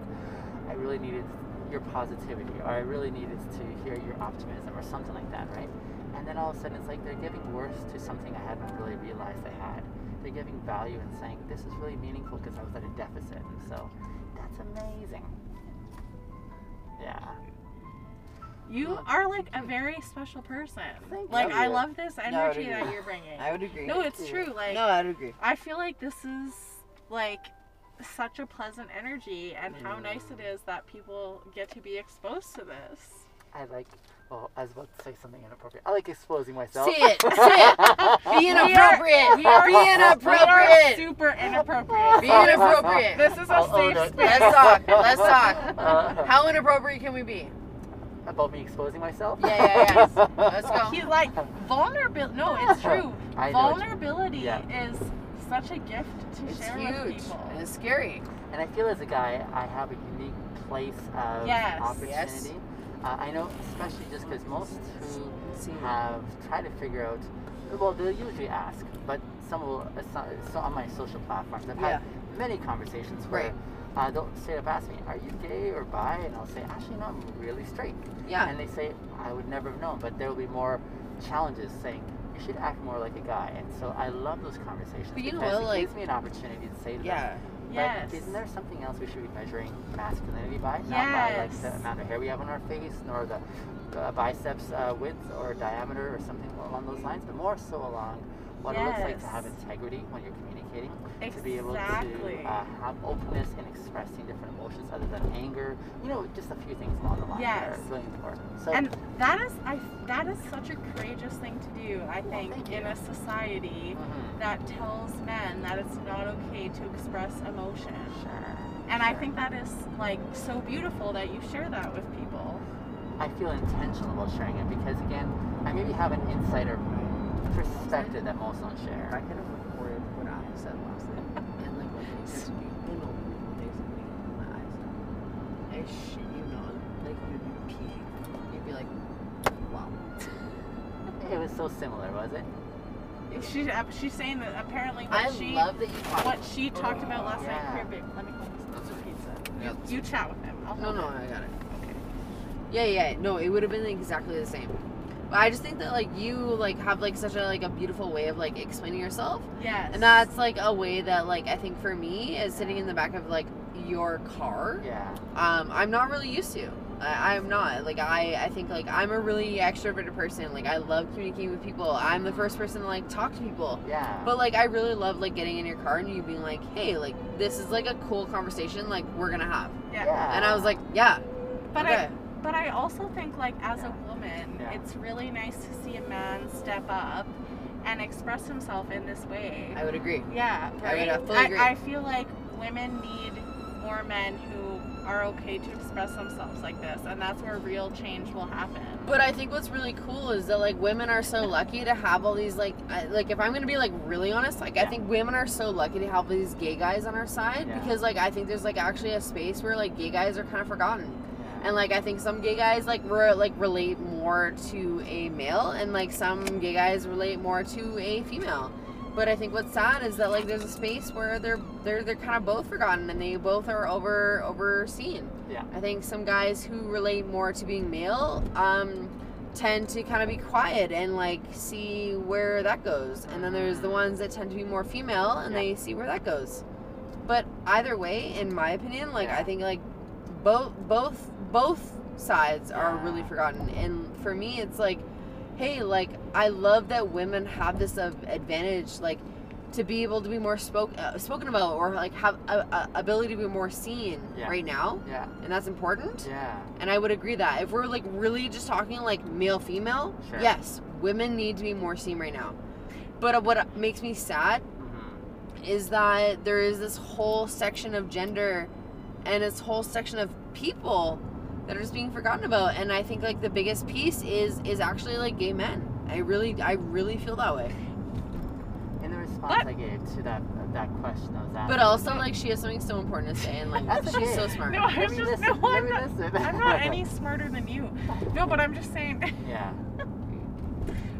Speaker 2: I really needed your positivity or I really needed to hear your optimism or something like that, right? And then all of a sudden, it's like they're giving worth to something I hadn't really realized I had. They're giving value and saying, this is really meaningful because I was at a deficit. And so that's amazing. Yeah.
Speaker 6: You
Speaker 2: Yeah.
Speaker 6: are like a very special person.
Speaker 2: Thank
Speaker 6: Like
Speaker 2: you.
Speaker 6: I love this
Speaker 3: would
Speaker 6: energy
Speaker 3: agree.
Speaker 6: that you're bringing.
Speaker 3: I would agree.
Speaker 6: no, it's
Speaker 2: you.
Speaker 6: true. Like
Speaker 3: no, I would agree.
Speaker 6: I feel like this is like such a pleasant energy and how nice it is that people get to be exposed to this.
Speaker 2: I like, well, I was about to say something inappropriate. I like exposing myself.
Speaker 3: Say it. Say it. Be inappropriate.
Speaker 6: We are,
Speaker 3: Be
Speaker 6: we are
Speaker 3: inappropriate.
Speaker 6: super inappropriate.
Speaker 3: Be inappropriate.
Speaker 6: This is a
Speaker 2: I'll own
Speaker 6: safe
Speaker 2: it.
Speaker 6: space.
Speaker 3: Let's talk. Let's talk.
Speaker 2: Uh,
Speaker 3: How inappropriate can we be?
Speaker 2: about me exposing myself?
Speaker 3: Yeah, yeah, yeah. Let's go.
Speaker 6: He like vulnerability. No, it's true.
Speaker 2: I know what you-
Speaker 6: vulnerability
Speaker 2: Yeah.
Speaker 6: is such a gift to
Speaker 3: It's
Speaker 6: share with
Speaker 3: huge
Speaker 6: people.
Speaker 3: and it's scary.
Speaker 2: And I feel as a guy, I have a unique place of
Speaker 6: Yes.
Speaker 2: opportunity.
Speaker 3: Yes.
Speaker 2: Uh, I know, especially just because most who
Speaker 3: See,
Speaker 2: have tried to figure out. Well, they'll usually ask, but some will. uh, So so on my social platforms, I've had many conversations where
Speaker 3: Right.
Speaker 2: uh, they'll straight up ask me, "Are you gay or bi?" And I'll say, "Actually, no, I'm really straight."
Speaker 3: yeah.
Speaker 2: And they say, "I would never have known," but there will be more challenges saying. You should act more like a guy, and so I love those conversations
Speaker 3: But you know
Speaker 2: because
Speaker 3: what,
Speaker 2: it
Speaker 3: like-
Speaker 2: gives me an opportunity to say to them,
Speaker 3: Yeah.
Speaker 2: "But
Speaker 6: Yes.
Speaker 2: isn't there something else we should be measuring masculinity by? Not by like the
Speaker 6: Yes.
Speaker 2: amount of hair we have on our face, nor the uh, biceps uh, width or diameter or something along those lines, but more so along what it looks like to have
Speaker 6: Yes.
Speaker 2: integrity when you're communicating, to be able
Speaker 6: Exactly.
Speaker 2: to uh, have openness in expressing different emotions other than anger. You know, just a few things along the line that
Speaker 6: Yes.
Speaker 2: are really important. So, mm-hmm.
Speaker 6: and that is I that is such a courageous thing to do, I
Speaker 2: Well,
Speaker 6: think,
Speaker 2: thank
Speaker 6: in
Speaker 2: you.
Speaker 6: a society
Speaker 2: mhm,
Speaker 6: that tells men that it's not okay to express emotion.
Speaker 2: sure.
Speaker 6: And I
Speaker 2: sure.
Speaker 6: think that is like so beautiful that you share that with people.
Speaker 2: I feel intentional about sharing it because, again, I maybe have an insider perspective that most don't share.
Speaker 7: I could have recorded what I said last night and like what they texted me and all the people texted me and
Speaker 1: "Oh,
Speaker 7: my eyes. I shit you not. Like you'd be peeing. You'd be like, wow.
Speaker 2: It was so similar, was it?
Speaker 6: She's she's saying that apparently what
Speaker 7: I
Speaker 6: she
Speaker 7: love that you talked.
Speaker 6: what she talked about last
Speaker 2: Yeah.
Speaker 6: night. Here, babe, let me hold this piece of pizza. You, you chat with him. I'll
Speaker 3: No,
Speaker 6: hold
Speaker 3: no, I
Speaker 6: it.
Speaker 3: got it.
Speaker 6: Okay.
Speaker 3: Yeah, yeah. No, it would have been exactly the same.
Speaker 1: I just think that like you like have like such a like a beautiful way of like explaining yourself,
Speaker 6: Yes.
Speaker 1: and that's like a way that like I think for me is sitting in the back of like your car.
Speaker 2: Yeah.
Speaker 1: Um, I'm not really used to. I, I'm not like I. I think like I'm a really extroverted person. Like I love communicating with people. I'm the first person to like talk to people.
Speaker 2: Yeah.
Speaker 1: But like I really love like getting in your car and you being like, hey, like this is like a cool conversation like we're gonna have.
Speaker 6: yeah.
Speaker 1: And I was like, yeah,
Speaker 6: But
Speaker 1: okay.
Speaker 6: I But I also think, like, as a woman,
Speaker 2: Yeah.
Speaker 6: it's really nice to see a man step up and express himself in this way.
Speaker 1: I would agree.
Speaker 6: yeah,
Speaker 1: I
Speaker 6: right.
Speaker 1: would, uh, fully
Speaker 6: I,
Speaker 1: agree.
Speaker 6: I feel like women need more men who are okay to express themselves like this, and that's where real change will happen.
Speaker 1: But I think what's really cool is that like women are so lucky to have all these like I, like if I'm gonna be like really honest, like I
Speaker 6: Yeah.
Speaker 1: think women are so lucky to have these gay guys on our side
Speaker 2: Yeah.
Speaker 1: because like I think there's like actually a space where like gay guys are kind of forgotten.
Speaker 2: yeah.
Speaker 1: And like I think some gay guys like re- like relate more to a male, and like some gay guys relate more to a female. But I think what's sad is that like there's a space where they're they're they're kind of both forgotten, and they both are over overseen.
Speaker 2: Yeah.
Speaker 1: I think some guys who relate more to being male um, tend to kind of be quiet and like see where that goes, and then there's the ones that tend to be more female, and
Speaker 2: Yeah.
Speaker 1: they see where that goes. But either way, in my opinion, like
Speaker 2: Yeah.
Speaker 1: I think like both both both sides are really
Speaker 2: Yeah.
Speaker 1: forgotten and for me it's like hey like i love that women have this of advantage like to be able to be more spoke, uh, spoken about or like have a, a ability to be more seen
Speaker 2: Yeah.
Speaker 1: right now
Speaker 2: yeah.
Speaker 1: and that's important
Speaker 2: Yeah.
Speaker 1: and i would agree that if we're like really just talking like male female
Speaker 2: Sure.
Speaker 1: yes women need to be more seen right now but what makes me sad
Speaker 2: Mhm.
Speaker 1: is that there is this whole section of gender and this whole section of people that are just being forgotten about and i think like the biggest piece is is actually like gay men i really i really feel that way
Speaker 2: And the response I gave to that that question I was asking.
Speaker 1: but also like she has something so important to say and like
Speaker 2: That's
Speaker 1: she's so
Speaker 2: okay.
Speaker 1: smart
Speaker 6: No, I'm
Speaker 2: Let me
Speaker 6: just
Speaker 2: listen,
Speaker 6: no,
Speaker 2: let
Speaker 6: I'm
Speaker 2: me
Speaker 6: not,
Speaker 2: listen.
Speaker 6: I'm not any smarter than you. No, but I'm just saying.
Speaker 2: Yeah.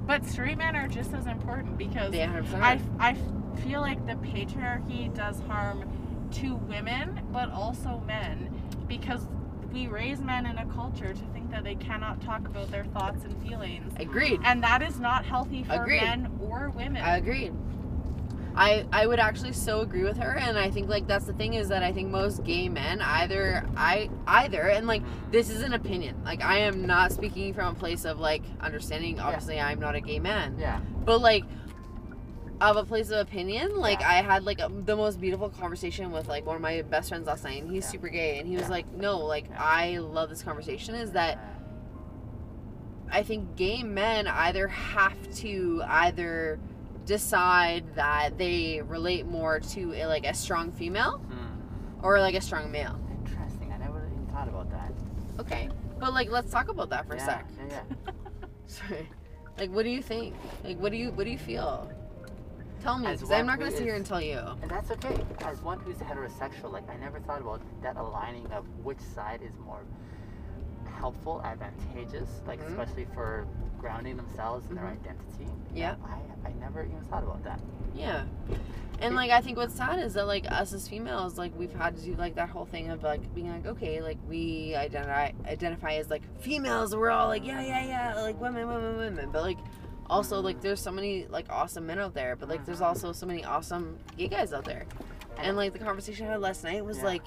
Speaker 6: But straight men are just as important because
Speaker 1: they 100%
Speaker 6: I, I feel like the patriarchy does harm to women, but also men, because we raise men in a culture to think that they cannot talk about their thoughts and feelings.
Speaker 1: agreed
Speaker 6: And that is not healthy for
Speaker 1: Agreed.
Speaker 6: men or women.
Speaker 1: I agreed. I I would actually so agree with her, and I think like that's the thing is that I think most gay men either I either and like this is an opinion. Like I am not speaking from a place of like understanding. Obviously, I'm not a gay man,
Speaker 2: Yeah.
Speaker 1: but like of a place of opinion. Like I had like a, the most beautiful conversation with like one of my best friends last night, and he's
Speaker 2: Yeah.
Speaker 1: super gay, and he was
Speaker 2: Yeah.
Speaker 1: like, no, like
Speaker 2: Yeah.
Speaker 1: I love this conversation. Is that I think gay men either have to either decide that they relate more to a, like a strong female
Speaker 2: Hmm.
Speaker 1: or like a strong male.
Speaker 2: Mm. Interesting. I never even thought about that.
Speaker 1: Okay. But like let's talk about that for
Speaker 2: yeah.
Speaker 1: a sec.
Speaker 2: Yeah. yeah.
Speaker 1: Sorry. Like what do you think? Like what do you what do you feel? Tell me
Speaker 2: As
Speaker 1: cuz I'm
Speaker 2: one
Speaker 1: not
Speaker 2: who
Speaker 1: going to sit here
Speaker 2: is-
Speaker 1: and tell you.
Speaker 2: And that's okay. As one who's heterosexual, like I never thought about that aligning of which side is more helpful, advantageous, like
Speaker 1: Mhm.
Speaker 2: especially for grounding themselves in their identity.
Speaker 1: Yeah.
Speaker 2: I, I never even thought about that.
Speaker 1: Yeah. And like I think what's sad is that like us as females like we've had to do like that whole thing of like being like okay like we identify identify as like females we're all like yeah yeah yeah like women women women but like also like there's so many like awesome men out there but like there's also so many awesome gay guys out there and like the conversation I had last night was
Speaker 2: Yeah.
Speaker 1: like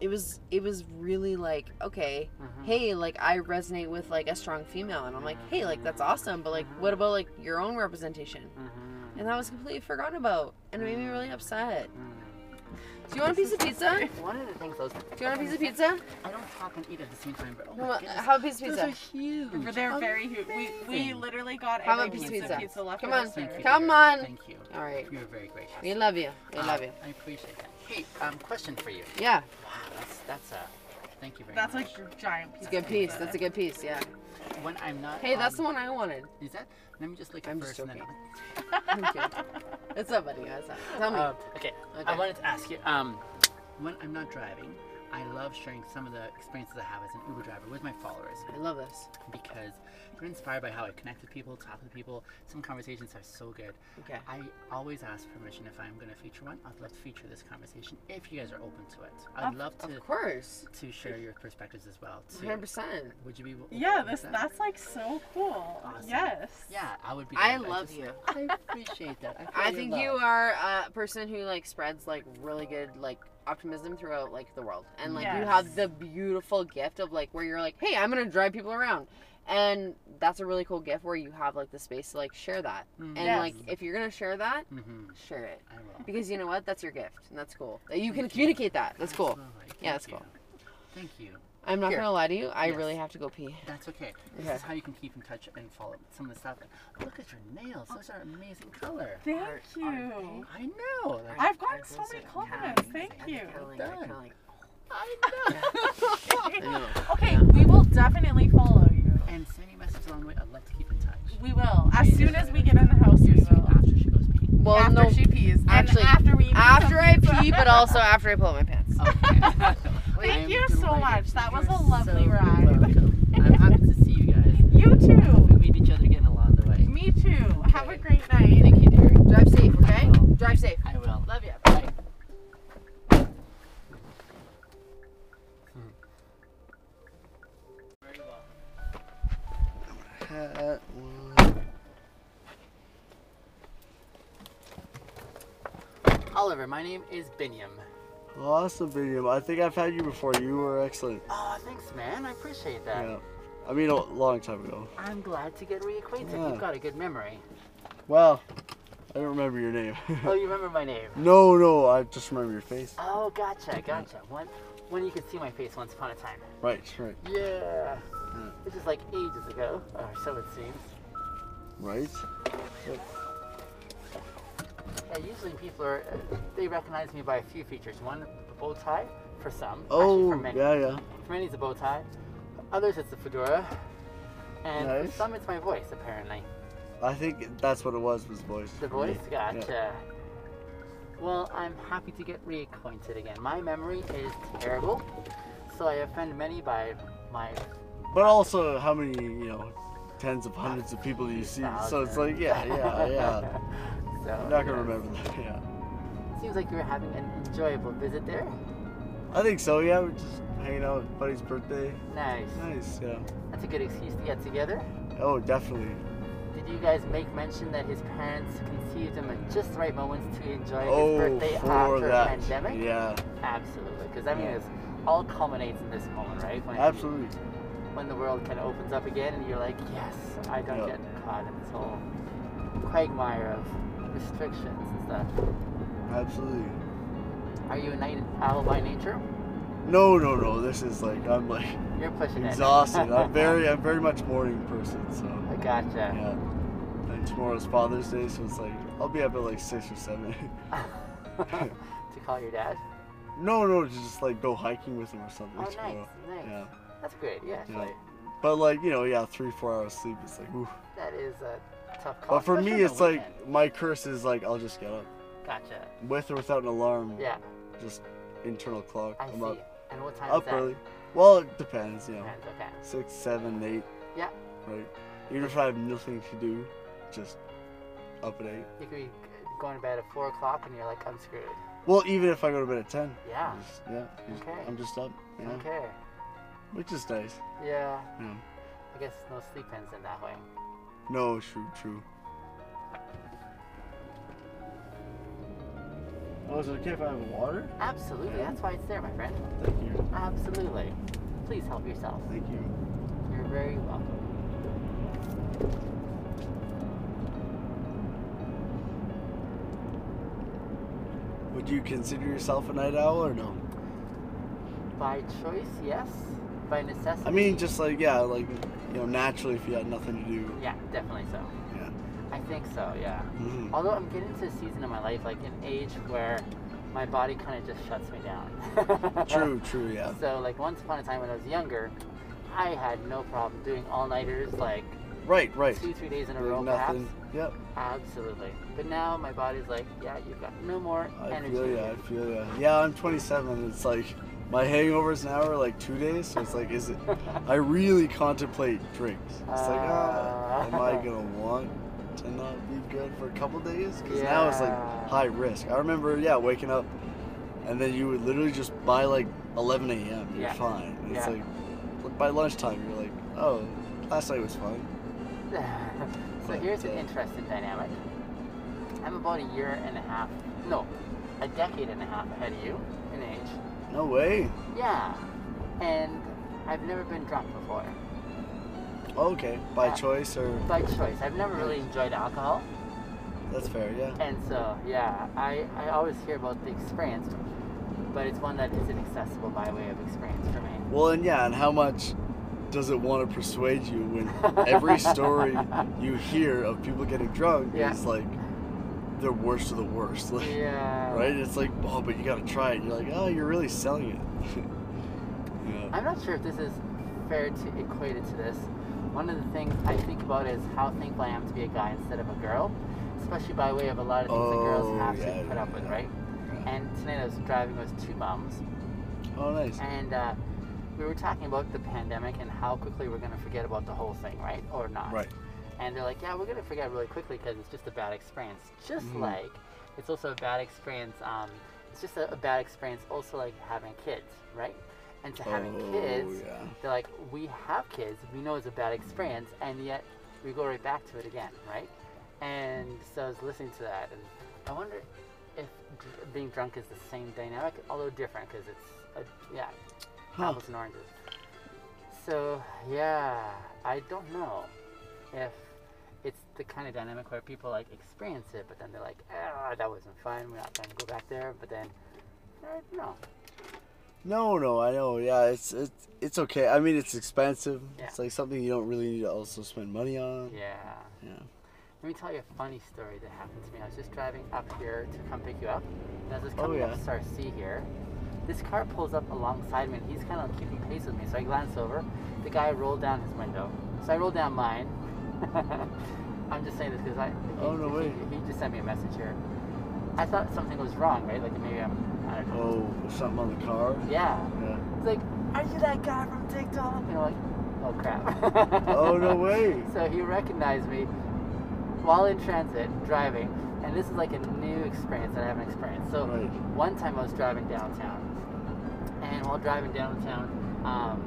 Speaker 1: it was it was really like okay
Speaker 2: Mhm.
Speaker 1: hey like I resonate with like a strong female and I'm like hey like that's awesome but like what about like your own representation
Speaker 2: Mhm.
Speaker 1: and that was completely forgotten about, and it made me really upset.
Speaker 2: Mm.
Speaker 1: Do you want a piece of pizza?
Speaker 2: One of the things those
Speaker 1: Do you want a piece of pizza?
Speaker 2: I don't talk and eat at the same time, but oh my
Speaker 1: Well,
Speaker 2: goodness,
Speaker 1: Have a piece of
Speaker 2: those are
Speaker 1: pizza.
Speaker 2: huge.
Speaker 6: They're very huge. We, we
Speaker 2: Amazing.
Speaker 6: literally got
Speaker 1: Have a
Speaker 6: every
Speaker 1: piece of
Speaker 6: piece
Speaker 1: pizza.
Speaker 6: of pizza left
Speaker 1: Come
Speaker 6: over,
Speaker 1: on.
Speaker 6: sir.
Speaker 2: Thank you,
Speaker 1: Come
Speaker 2: dear.
Speaker 1: on.
Speaker 2: Thank you.
Speaker 1: All right.
Speaker 2: You're very gracious.
Speaker 1: We love you. We
Speaker 2: Um,
Speaker 1: love you.
Speaker 2: I appreciate that. Hey, um, question for you.
Speaker 1: Yeah,
Speaker 2: Wow, that's that's a. Thank you very
Speaker 6: That's
Speaker 2: much.
Speaker 6: like a giant piece.
Speaker 1: it's a good
Speaker 6: of
Speaker 1: piece.
Speaker 6: pizza.
Speaker 1: That's a good piece. Yeah.
Speaker 2: when I'm not.
Speaker 1: Hey, that's the
Speaker 2: um,
Speaker 1: one I wanted.
Speaker 2: Is that? Let me just look at
Speaker 1: I'm just
Speaker 2: first. and then-
Speaker 1: I'm kidding. It's not funny, guys. Tell me.
Speaker 2: Uh, okay. I
Speaker 1: Okay.
Speaker 2: wanted to ask you. Um, when I'm not driving, I love sharing some of the experiences I have as an Uber driver with my followers
Speaker 3: I love this.
Speaker 2: because they're inspired by how I connect with people, talk with people. Some conversations are so good.
Speaker 3: Okay.
Speaker 2: I always ask permission if I'm going to feature one. I'd love to feature this conversation if you guys are open to it. I'd
Speaker 6: Of-
Speaker 2: love to
Speaker 3: Of course.
Speaker 2: to share your perspectives as well too.
Speaker 3: 100%.
Speaker 2: Would you be? w-
Speaker 6: Yeah,
Speaker 2: open
Speaker 6: this
Speaker 2: with that?
Speaker 6: that's like so cool.
Speaker 2: Awesome.
Speaker 6: Yes.
Speaker 2: Yeah, I would be.
Speaker 3: I
Speaker 2: down with that.
Speaker 3: love
Speaker 2: just-
Speaker 3: you.
Speaker 2: I appreciate that. feel
Speaker 3: I
Speaker 2: your
Speaker 3: think
Speaker 2: love.
Speaker 3: you are a person who like spreads like really good like optimism throughout like the world, and like you
Speaker 6: Yes.
Speaker 3: have the beautiful gift of like where you're like, hey, I'm gonna drive people around, and that's a really cool gift where you have like the space to like share that,
Speaker 2: Mhm.
Speaker 3: and
Speaker 6: Yes.
Speaker 3: like if you're gonna share that,
Speaker 2: Mhm.
Speaker 3: share it
Speaker 2: I will.
Speaker 3: because you know what, that's your gift, and that's cool. That You can
Speaker 2: Thank you.
Speaker 3: communicate that. That's cool.
Speaker 2: Absolutely.
Speaker 3: Yeah,
Speaker 2: Thank
Speaker 3: that's cool.
Speaker 2: you. Thank you.
Speaker 3: I'm not
Speaker 2: Here.
Speaker 3: gonna lie to you. I
Speaker 2: Yes.
Speaker 3: really have to go pee.
Speaker 2: That's okay. This
Speaker 3: Okay.
Speaker 2: is how you can keep in touch and follow some of the stuff. Look at your nails. Those are amazing color.
Speaker 6: Thank
Speaker 7: Art-
Speaker 6: you.
Speaker 2: I know. Like,
Speaker 6: I've gotten
Speaker 7: Art
Speaker 6: so
Speaker 7: is
Speaker 6: many
Speaker 7: a
Speaker 6: compliments.
Speaker 7: talent.
Speaker 6: Thank
Speaker 7: I
Speaker 6: you.
Speaker 7: kinda like- I
Speaker 2: Done.
Speaker 7: kinda like-
Speaker 2: I know.
Speaker 6: Okay, we will definitely follow you.
Speaker 2: and send me messages along the way. I'd love to keep in touch.
Speaker 6: We will. As
Speaker 2: Yeah.
Speaker 6: soon as we get in the house, we
Speaker 2: Here's sweet
Speaker 6: will.
Speaker 2: after she goes pee.
Speaker 1: Oh,
Speaker 3: Well,
Speaker 6: after
Speaker 3: no,
Speaker 6: she pees. and
Speaker 3: actually,
Speaker 6: after we eat
Speaker 3: after
Speaker 6: some
Speaker 3: I
Speaker 6: pizza.
Speaker 3: pee, but also after I pull up my pants.
Speaker 2: Okay.
Speaker 6: Thank
Speaker 2: I'm
Speaker 6: you so
Speaker 2: delighted.
Speaker 6: much. That was
Speaker 2: You're
Speaker 6: a lovely
Speaker 2: so
Speaker 6: ride.
Speaker 2: welcome. I'm happy to see you guys.
Speaker 6: You
Speaker 2: Hope We
Speaker 6: too.
Speaker 2: meet each other again along the way.
Speaker 6: Me too. Have a
Speaker 2: Okay.
Speaker 6: great night.
Speaker 2: Thank you, dear.
Speaker 3: Drive safe,
Speaker 2: I
Speaker 3: okay?
Speaker 2: will.
Speaker 3: Drive safe.
Speaker 2: I will.
Speaker 3: Love you.
Speaker 2: Bye. Very well. Oliver, my name is Binyam.
Speaker 8: Awesome, Binyam. I think I've had you before. You were excellent.
Speaker 2: Oh, thanks, man. I appreciate that.
Speaker 8: Yeah. I mean, a long time ago.
Speaker 2: I'm glad to get reacquainted.
Speaker 8: Yeah.
Speaker 2: You've got a good memory.
Speaker 8: Well, I don't remember your name.
Speaker 2: Oh, you remember my name?
Speaker 8: no, no, I just remember your face.
Speaker 2: Oh, gotcha, gotcha. One, when you could see my face once upon a time.
Speaker 8: Right, right,
Speaker 2: Yeah. This is like ages ago, or so it seems.
Speaker 8: right.
Speaker 2: Yeah, usually people are, uh, they recognize me by a few features. One, the bow tie, for some. actually
Speaker 8: Oh,
Speaker 2: for many.
Speaker 8: yeah, yeah.
Speaker 2: For many, it's a bow tie. For others, it's a fedora. And
Speaker 8: Nice.
Speaker 2: for some, it's my voice, apparently.
Speaker 8: I think that's what it was. Was voice.
Speaker 2: The
Speaker 8: for me.
Speaker 2: voice? Gotcha. Well, I'm happy to get reacquainted again. My memory is terrible, so I offend many by my
Speaker 8: But also, how many you know, tens of hundreds of people you see. So it's like, yeah, yeah, yeah.
Speaker 2: so,
Speaker 8: I'm not gonna
Speaker 2: yes.
Speaker 8: remember that. Yeah.
Speaker 2: Seems like you were having an enjoyable visit there.
Speaker 8: I think so. Yeah, we're just hanging out. at Buddy's birthday.
Speaker 2: Nice.
Speaker 8: Nice. Yeah.
Speaker 2: That's a good excuse to get together.
Speaker 8: Oh, definitely.
Speaker 2: Did you guys make mention that his parents conceived him at just the right moments to enjoy
Speaker 8: oh,
Speaker 2: his birthday
Speaker 8: for
Speaker 2: after the
Speaker 8: that.
Speaker 2: pandemic?
Speaker 8: Yeah.
Speaker 2: Absolutely, because I mean, it's all culminates in this moment, right? When,
Speaker 8: Absolutely.
Speaker 2: When the world kind of opens up again, and you're like, yes, I don't
Speaker 8: Yeah.
Speaker 2: get caught in this whole quagmire of restrictions and stuff.
Speaker 8: Absolutely.
Speaker 2: Are you a night owl by nature?
Speaker 8: No, no, no. This is like I'm like
Speaker 2: You're pushing it.
Speaker 8: exhausted. I'm very, I'm very much morning person. So
Speaker 2: I gotcha.
Speaker 8: yeah. And tomorrow's Father's Day, so it's like I'll be up at like six or seven.
Speaker 2: to call your dad.
Speaker 8: no, no, to just like go hiking with him or something
Speaker 2: Oh, nice,
Speaker 8: tomorrow.
Speaker 2: nice.
Speaker 8: Yeah.
Speaker 2: That's great. Yeah,
Speaker 8: Yeah.
Speaker 2: actually,
Speaker 8: But like you know, yeah, three, four hours sleep is like. Oof.
Speaker 2: that is a tough call.
Speaker 8: But for
Speaker 2: especially
Speaker 8: me,
Speaker 2: on
Speaker 8: it's
Speaker 2: the
Speaker 8: like
Speaker 2: weekend.
Speaker 8: my curse is like I'll just get up
Speaker 2: Gotcha.
Speaker 8: with or without an alarm.
Speaker 2: Yeah,
Speaker 8: Just internal clock.
Speaker 2: I
Speaker 8: am
Speaker 2: see.
Speaker 8: up,
Speaker 2: And what time is
Speaker 8: up
Speaker 2: that?
Speaker 8: early. Well, it depends. You know,
Speaker 2: Depends, Okay.
Speaker 8: six, seven, eight.
Speaker 2: Yeah.
Speaker 8: Right. Even if I have nothing to do, just up at eight.
Speaker 2: You could be going to bed at four o'clock, and you're like, I'm screwed.
Speaker 8: Well, even if I go to bed at ten,
Speaker 2: Yeah.
Speaker 8: I'm just, yeah, I'm just-
Speaker 2: Okay.
Speaker 8: I'm just up, yeah,
Speaker 2: Okay.
Speaker 8: which is nice.
Speaker 2: Yeah.
Speaker 8: Yeah.
Speaker 2: I guess no sleep ends in that way.
Speaker 8: No, true, true. Oh, is it okay if I have water?
Speaker 2: Absolutely.
Speaker 8: Yeah.
Speaker 2: That's why it's there, my friend.
Speaker 8: Thank you,
Speaker 2: Absolutely. Please help yourself.
Speaker 8: thank you.
Speaker 2: You're very welcome.
Speaker 8: Would you consider yourself a night owl or no?
Speaker 2: By choice, yes. By necessity.
Speaker 8: I mean, just like yeah, like you know, naturally if you had nothing to do.
Speaker 2: Yeah, definitely so.
Speaker 8: Yeah.
Speaker 2: I think so. Yeah.
Speaker 8: Mhm.
Speaker 2: Although I'm getting to a season in my life, like an age where my body kind of just shuts me down.
Speaker 8: True, true, yeah.
Speaker 2: So, like, once upon a time when I was younger, I had no problem doing all nighters, like
Speaker 8: Right, right.
Speaker 2: two, three days in a
Speaker 8: Like
Speaker 2: row,
Speaker 8: nothing. Yep.
Speaker 2: perhaps. Absolutely. But now my body's like, yeah, you've got no more
Speaker 8: I
Speaker 2: energy.
Speaker 8: feel ya, I feel ya. Yeah, I'm 27. It's like my hangovers now are like two days, so it's like, is it? I really contemplate drinks. It's like, ah, am I gonna want to not be good for a couple days? Because now it's like
Speaker 2: Yeah.
Speaker 8: high risk. I remember, yeah, waking up, and then you would literally just by like 11 a.m. You're
Speaker 2: Yeah.
Speaker 8: fine. And It's
Speaker 2: Yeah.
Speaker 8: like by lunchtime, you're like, oh, last night was fun.
Speaker 2: so
Speaker 8: But,
Speaker 2: here's
Speaker 8: uh,
Speaker 2: an interesting dynamic. I'm about a year and a half, no, a decade and a half ahead of you in age.
Speaker 8: No way.
Speaker 2: Yeah, and I've never been drunk before
Speaker 8: Oh, Okay, by
Speaker 2: Uh,
Speaker 8: choice or
Speaker 2: by choice. I've never really enjoyed alcohol,
Speaker 8: that's fair. Yeah.
Speaker 2: and so yeah, I I always hear about the experience, but it's one that isn't accessible by way of experience for me.
Speaker 8: Well, and yeah, and how much does it want to persuade you when every story you hear of people getting drunk
Speaker 2: Yeah.
Speaker 8: is like the worst of the worst, like,
Speaker 2: Yeah.
Speaker 8: right? It's like, oh, but you gotta try it. And you're like, oh, you're really selling it. yeah.
Speaker 2: I'm not sure if this is fair to equate it to this. One of the things I think about is how thankful I am to be a guy instead of a girl, especially by way of a lot of things that
Speaker 8: Oh,
Speaker 2: girls have
Speaker 8: yeah,
Speaker 2: to put up with,
Speaker 8: yeah.
Speaker 2: right? And tonight I was driving with two moms,
Speaker 8: Oh, nice.
Speaker 2: and uh, we were talking about the pandemic and how quickly we're going to forget about the whole thing, right? Or not.
Speaker 8: Right.
Speaker 2: And they're like, yeah, we're going to forget really quickly because it's just a bad experience. Just
Speaker 8: Mhm.
Speaker 2: like it's also a bad experience. Um, it's just a, a bad experience also like having kids, right? And to having
Speaker 8: oh,
Speaker 2: kids,
Speaker 8: yeah.
Speaker 2: they're like, we have kids, we know it's a bad experience, and yet we go right back to it again, right? And so I was listening to that, and I wonder if dr- being drunk is the same dynamic, although different, because it's, a, yeah,
Speaker 8: Huh.
Speaker 2: apples and oranges. So, yeah, I don't know if it's the kind of dynamic where people like experience it, but then they're like, ah, that wasn't fun, we're not going to go back there, but then, I don't know.
Speaker 8: No, no, I know. Yeah, it's it's it's okay. I mean, it's expensive.
Speaker 2: Yeah.
Speaker 8: It's like something you don't really need to also spend money on.
Speaker 2: Yeah.
Speaker 8: Yeah.
Speaker 2: Let me tell you a funny story that happened to me. I was just driving up here to come pick you up. And as I was
Speaker 8: Oh,
Speaker 2: coming up
Speaker 8: yeah.
Speaker 2: Sarcy here, this car pulls up alongside me and he's kind of keeping pace with me. So I glance over. The guy rolled down his window. So I rolled down mine. I'm just saying this because I. He,
Speaker 8: Oh, no
Speaker 2: he,
Speaker 8: way.
Speaker 2: he just sent me a message here. I thought something was wrong, right? Like maybe I'm. I don't know.
Speaker 8: Oh, something on the car.
Speaker 2: Yeah.
Speaker 8: Yeah.
Speaker 2: It's like, are you that guy from TikTok? And I'm like, oh crap.
Speaker 8: Oh no way.
Speaker 2: So he recognized me while in transit, driving, and this is like a new experience that I haven't experienced. So
Speaker 8: Right.
Speaker 2: one time I was driving downtown, and while driving downtown, um,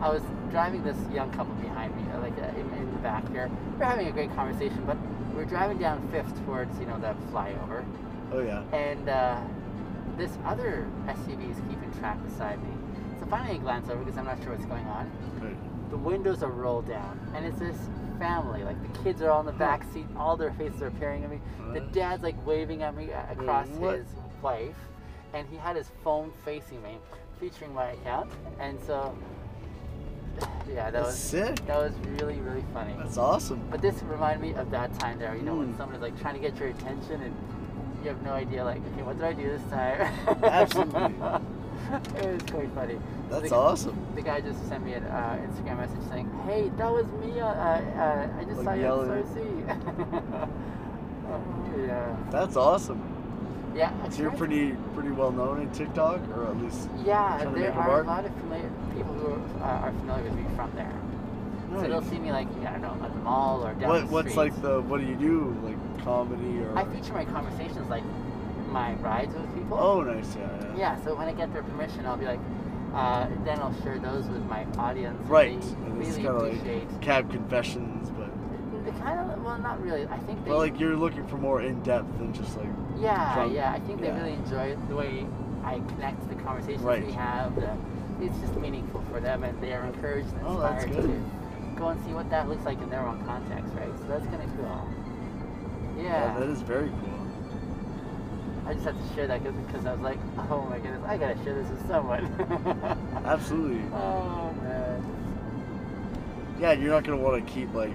Speaker 2: I was driving this young couple behind me, uh, like uh, in, in the back here. We're having a great conversation, but we're driving down Fifth towards you know the flyover,
Speaker 8: Oh yeah.
Speaker 2: and uh, this other SUV is keeping track beside me. So finally I glance over because I'm not sure what's going on
Speaker 8: Right.
Speaker 2: the windows are rolled down and it's this family like the kids are all
Speaker 8: Hmm.
Speaker 2: in the back seat all their faces are peering at me the
Speaker 8: What?
Speaker 2: dad's like waving at me a- across
Speaker 8: Hmm. what?
Speaker 2: his wife and he had his phone facing me featuring my account and so yeah that
Speaker 8: That's
Speaker 2: was
Speaker 8: sick.
Speaker 2: that was really really funny
Speaker 8: That's awesome.
Speaker 2: but this reminded me of that time there you know when
Speaker 8: Mm.
Speaker 2: someone's like trying to get your attention and you have no idea like okay what did i do this time
Speaker 8: Absolutely.
Speaker 2: it was quite funny
Speaker 8: That's
Speaker 2: Like,
Speaker 8: awesome.
Speaker 2: the guy just sent me an uh, Instagram message saying, "Hey, that was me. Uh, uh, I just
Speaker 8: Like
Speaker 2: saw you
Speaker 8: yelling.
Speaker 2: at Cersei." oh, yeah.
Speaker 8: That's awesome.
Speaker 2: Yeah.
Speaker 8: So you're
Speaker 2: experience-
Speaker 8: pretty pretty well known in TikTok, or at least
Speaker 2: Yeah,
Speaker 8: trying to
Speaker 2: there
Speaker 8: make a
Speaker 2: are a
Speaker 8: mark?
Speaker 2: lot of familiar people who are, uh, are familiar with me from there, so they'll
Speaker 8: Nice.
Speaker 2: see me like I don't know at the mall or down
Speaker 8: What
Speaker 2: the
Speaker 8: what's
Speaker 2: street.
Speaker 8: like the what do you do like comedy or?
Speaker 2: I feature my conversations like my rides with people.
Speaker 8: oh, nice. Yeah. Yeah.
Speaker 2: Yeah. So when I get their permission, I'll be like. Uh, then I'll share those with my audience. and
Speaker 8: Right.
Speaker 2: They
Speaker 8: And it's
Speaker 2: really
Speaker 8: kind of
Speaker 2: appreciate.
Speaker 8: like cab confessions, but
Speaker 2: Kind of. Well, not really. I think they.
Speaker 8: well, like you're looking for more in depth than just like
Speaker 2: Yeah,
Speaker 8: drunk-
Speaker 2: yeah. I think they
Speaker 8: yeah.
Speaker 2: really enjoy it, the way I connect the conversations
Speaker 8: Right.
Speaker 2: we have. The, it's just meaningful for them, and they are encouraged and
Speaker 8: Oh, that's
Speaker 2: inspired
Speaker 8: good.
Speaker 2: to go and see what that looks like in their own context, right? So that's kind of cool. Yeah,
Speaker 8: that is very cool.
Speaker 2: I just had to share that because I was like, oh my goodness, I gotta share this with someone.
Speaker 8: Absolutely.
Speaker 2: oh man.
Speaker 8: Yeah, you're not gonna want to keep like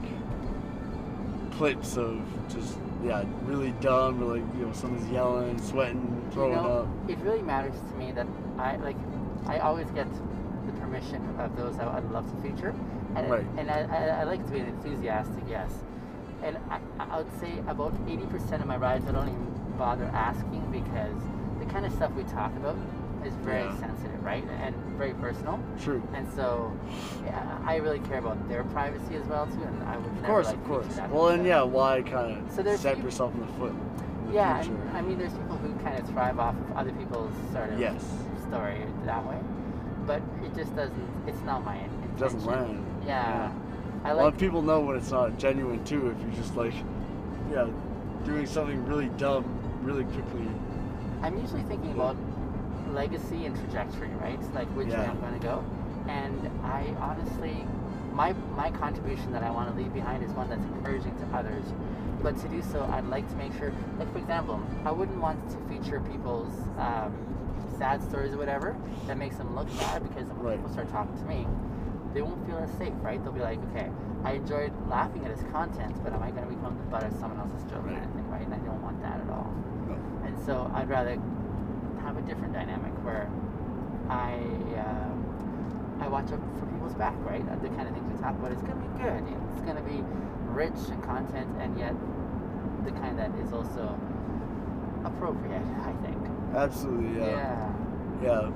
Speaker 8: clips of just yeah really dumb or like you know someone's yelling, sweating, throwing
Speaker 2: you know,
Speaker 8: up.
Speaker 2: It really matters to me that I like. I always get the permission of those I would love to feature, and
Speaker 8: Right.
Speaker 2: and I, I, I like to be an enthusiastic, yes. And I, I would say about eighty percent of my rides I don't even bother asking because the kind of stuff we talk about is very
Speaker 8: Yeah.
Speaker 2: sensitive, right? And very personal.
Speaker 8: True.
Speaker 2: And so, yeah, I really care about their privacy as well too. And I would
Speaker 8: Of
Speaker 2: never,
Speaker 8: course,
Speaker 2: like,
Speaker 8: of
Speaker 2: feature
Speaker 8: course.
Speaker 2: that
Speaker 8: Well, and
Speaker 2: myself.
Speaker 8: yeah, why kind
Speaker 2: So
Speaker 8: of
Speaker 2: there's
Speaker 8: set
Speaker 2: peop-
Speaker 8: yourself in the foot in the
Speaker 2: Yeah,
Speaker 8: future?
Speaker 2: and, I mean, there's people who kind of thrive off of other people's sort of
Speaker 8: Yes.
Speaker 2: story that way, but it just doesn't. It's not my intention.
Speaker 8: It doesn't land.
Speaker 2: Yeah, I
Speaker 8: well, and
Speaker 2: like.
Speaker 8: people know when it's not genuine too. If you're just like, yeah, doing something really dumb really quickly.
Speaker 2: I'm usually thinking about legacy and trajectory, right? Like which way
Speaker 8: Yeah.
Speaker 2: I'm going to go, and I honestly, my my contribution that I want to leave behind is one that's encouraging to others. But to do so, I'd like to make sure, like for example, I wouldn't want to feature people's um, sad stories or whatever that makes them look bad because when
Speaker 8: Right.
Speaker 2: people start talking to me, they won't feel as safe, right? They'll be like, okay, I enjoyed laughing at his content, but am I going to become the butt of someone else's joke
Speaker 8: Right.
Speaker 2: kind of thing, right? And I don't want that at all.
Speaker 8: No.
Speaker 2: And so I'd rather have a different dynamic where I uh, I watch out for people's back, right? The kind of things we talk about. It's gonna be good. It's gonna be rich in content, and yet the kind that is also appropriate. I think.
Speaker 8: Absolutely, yeah.
Speaker 2: yeah.
Speaker 8: Yeah.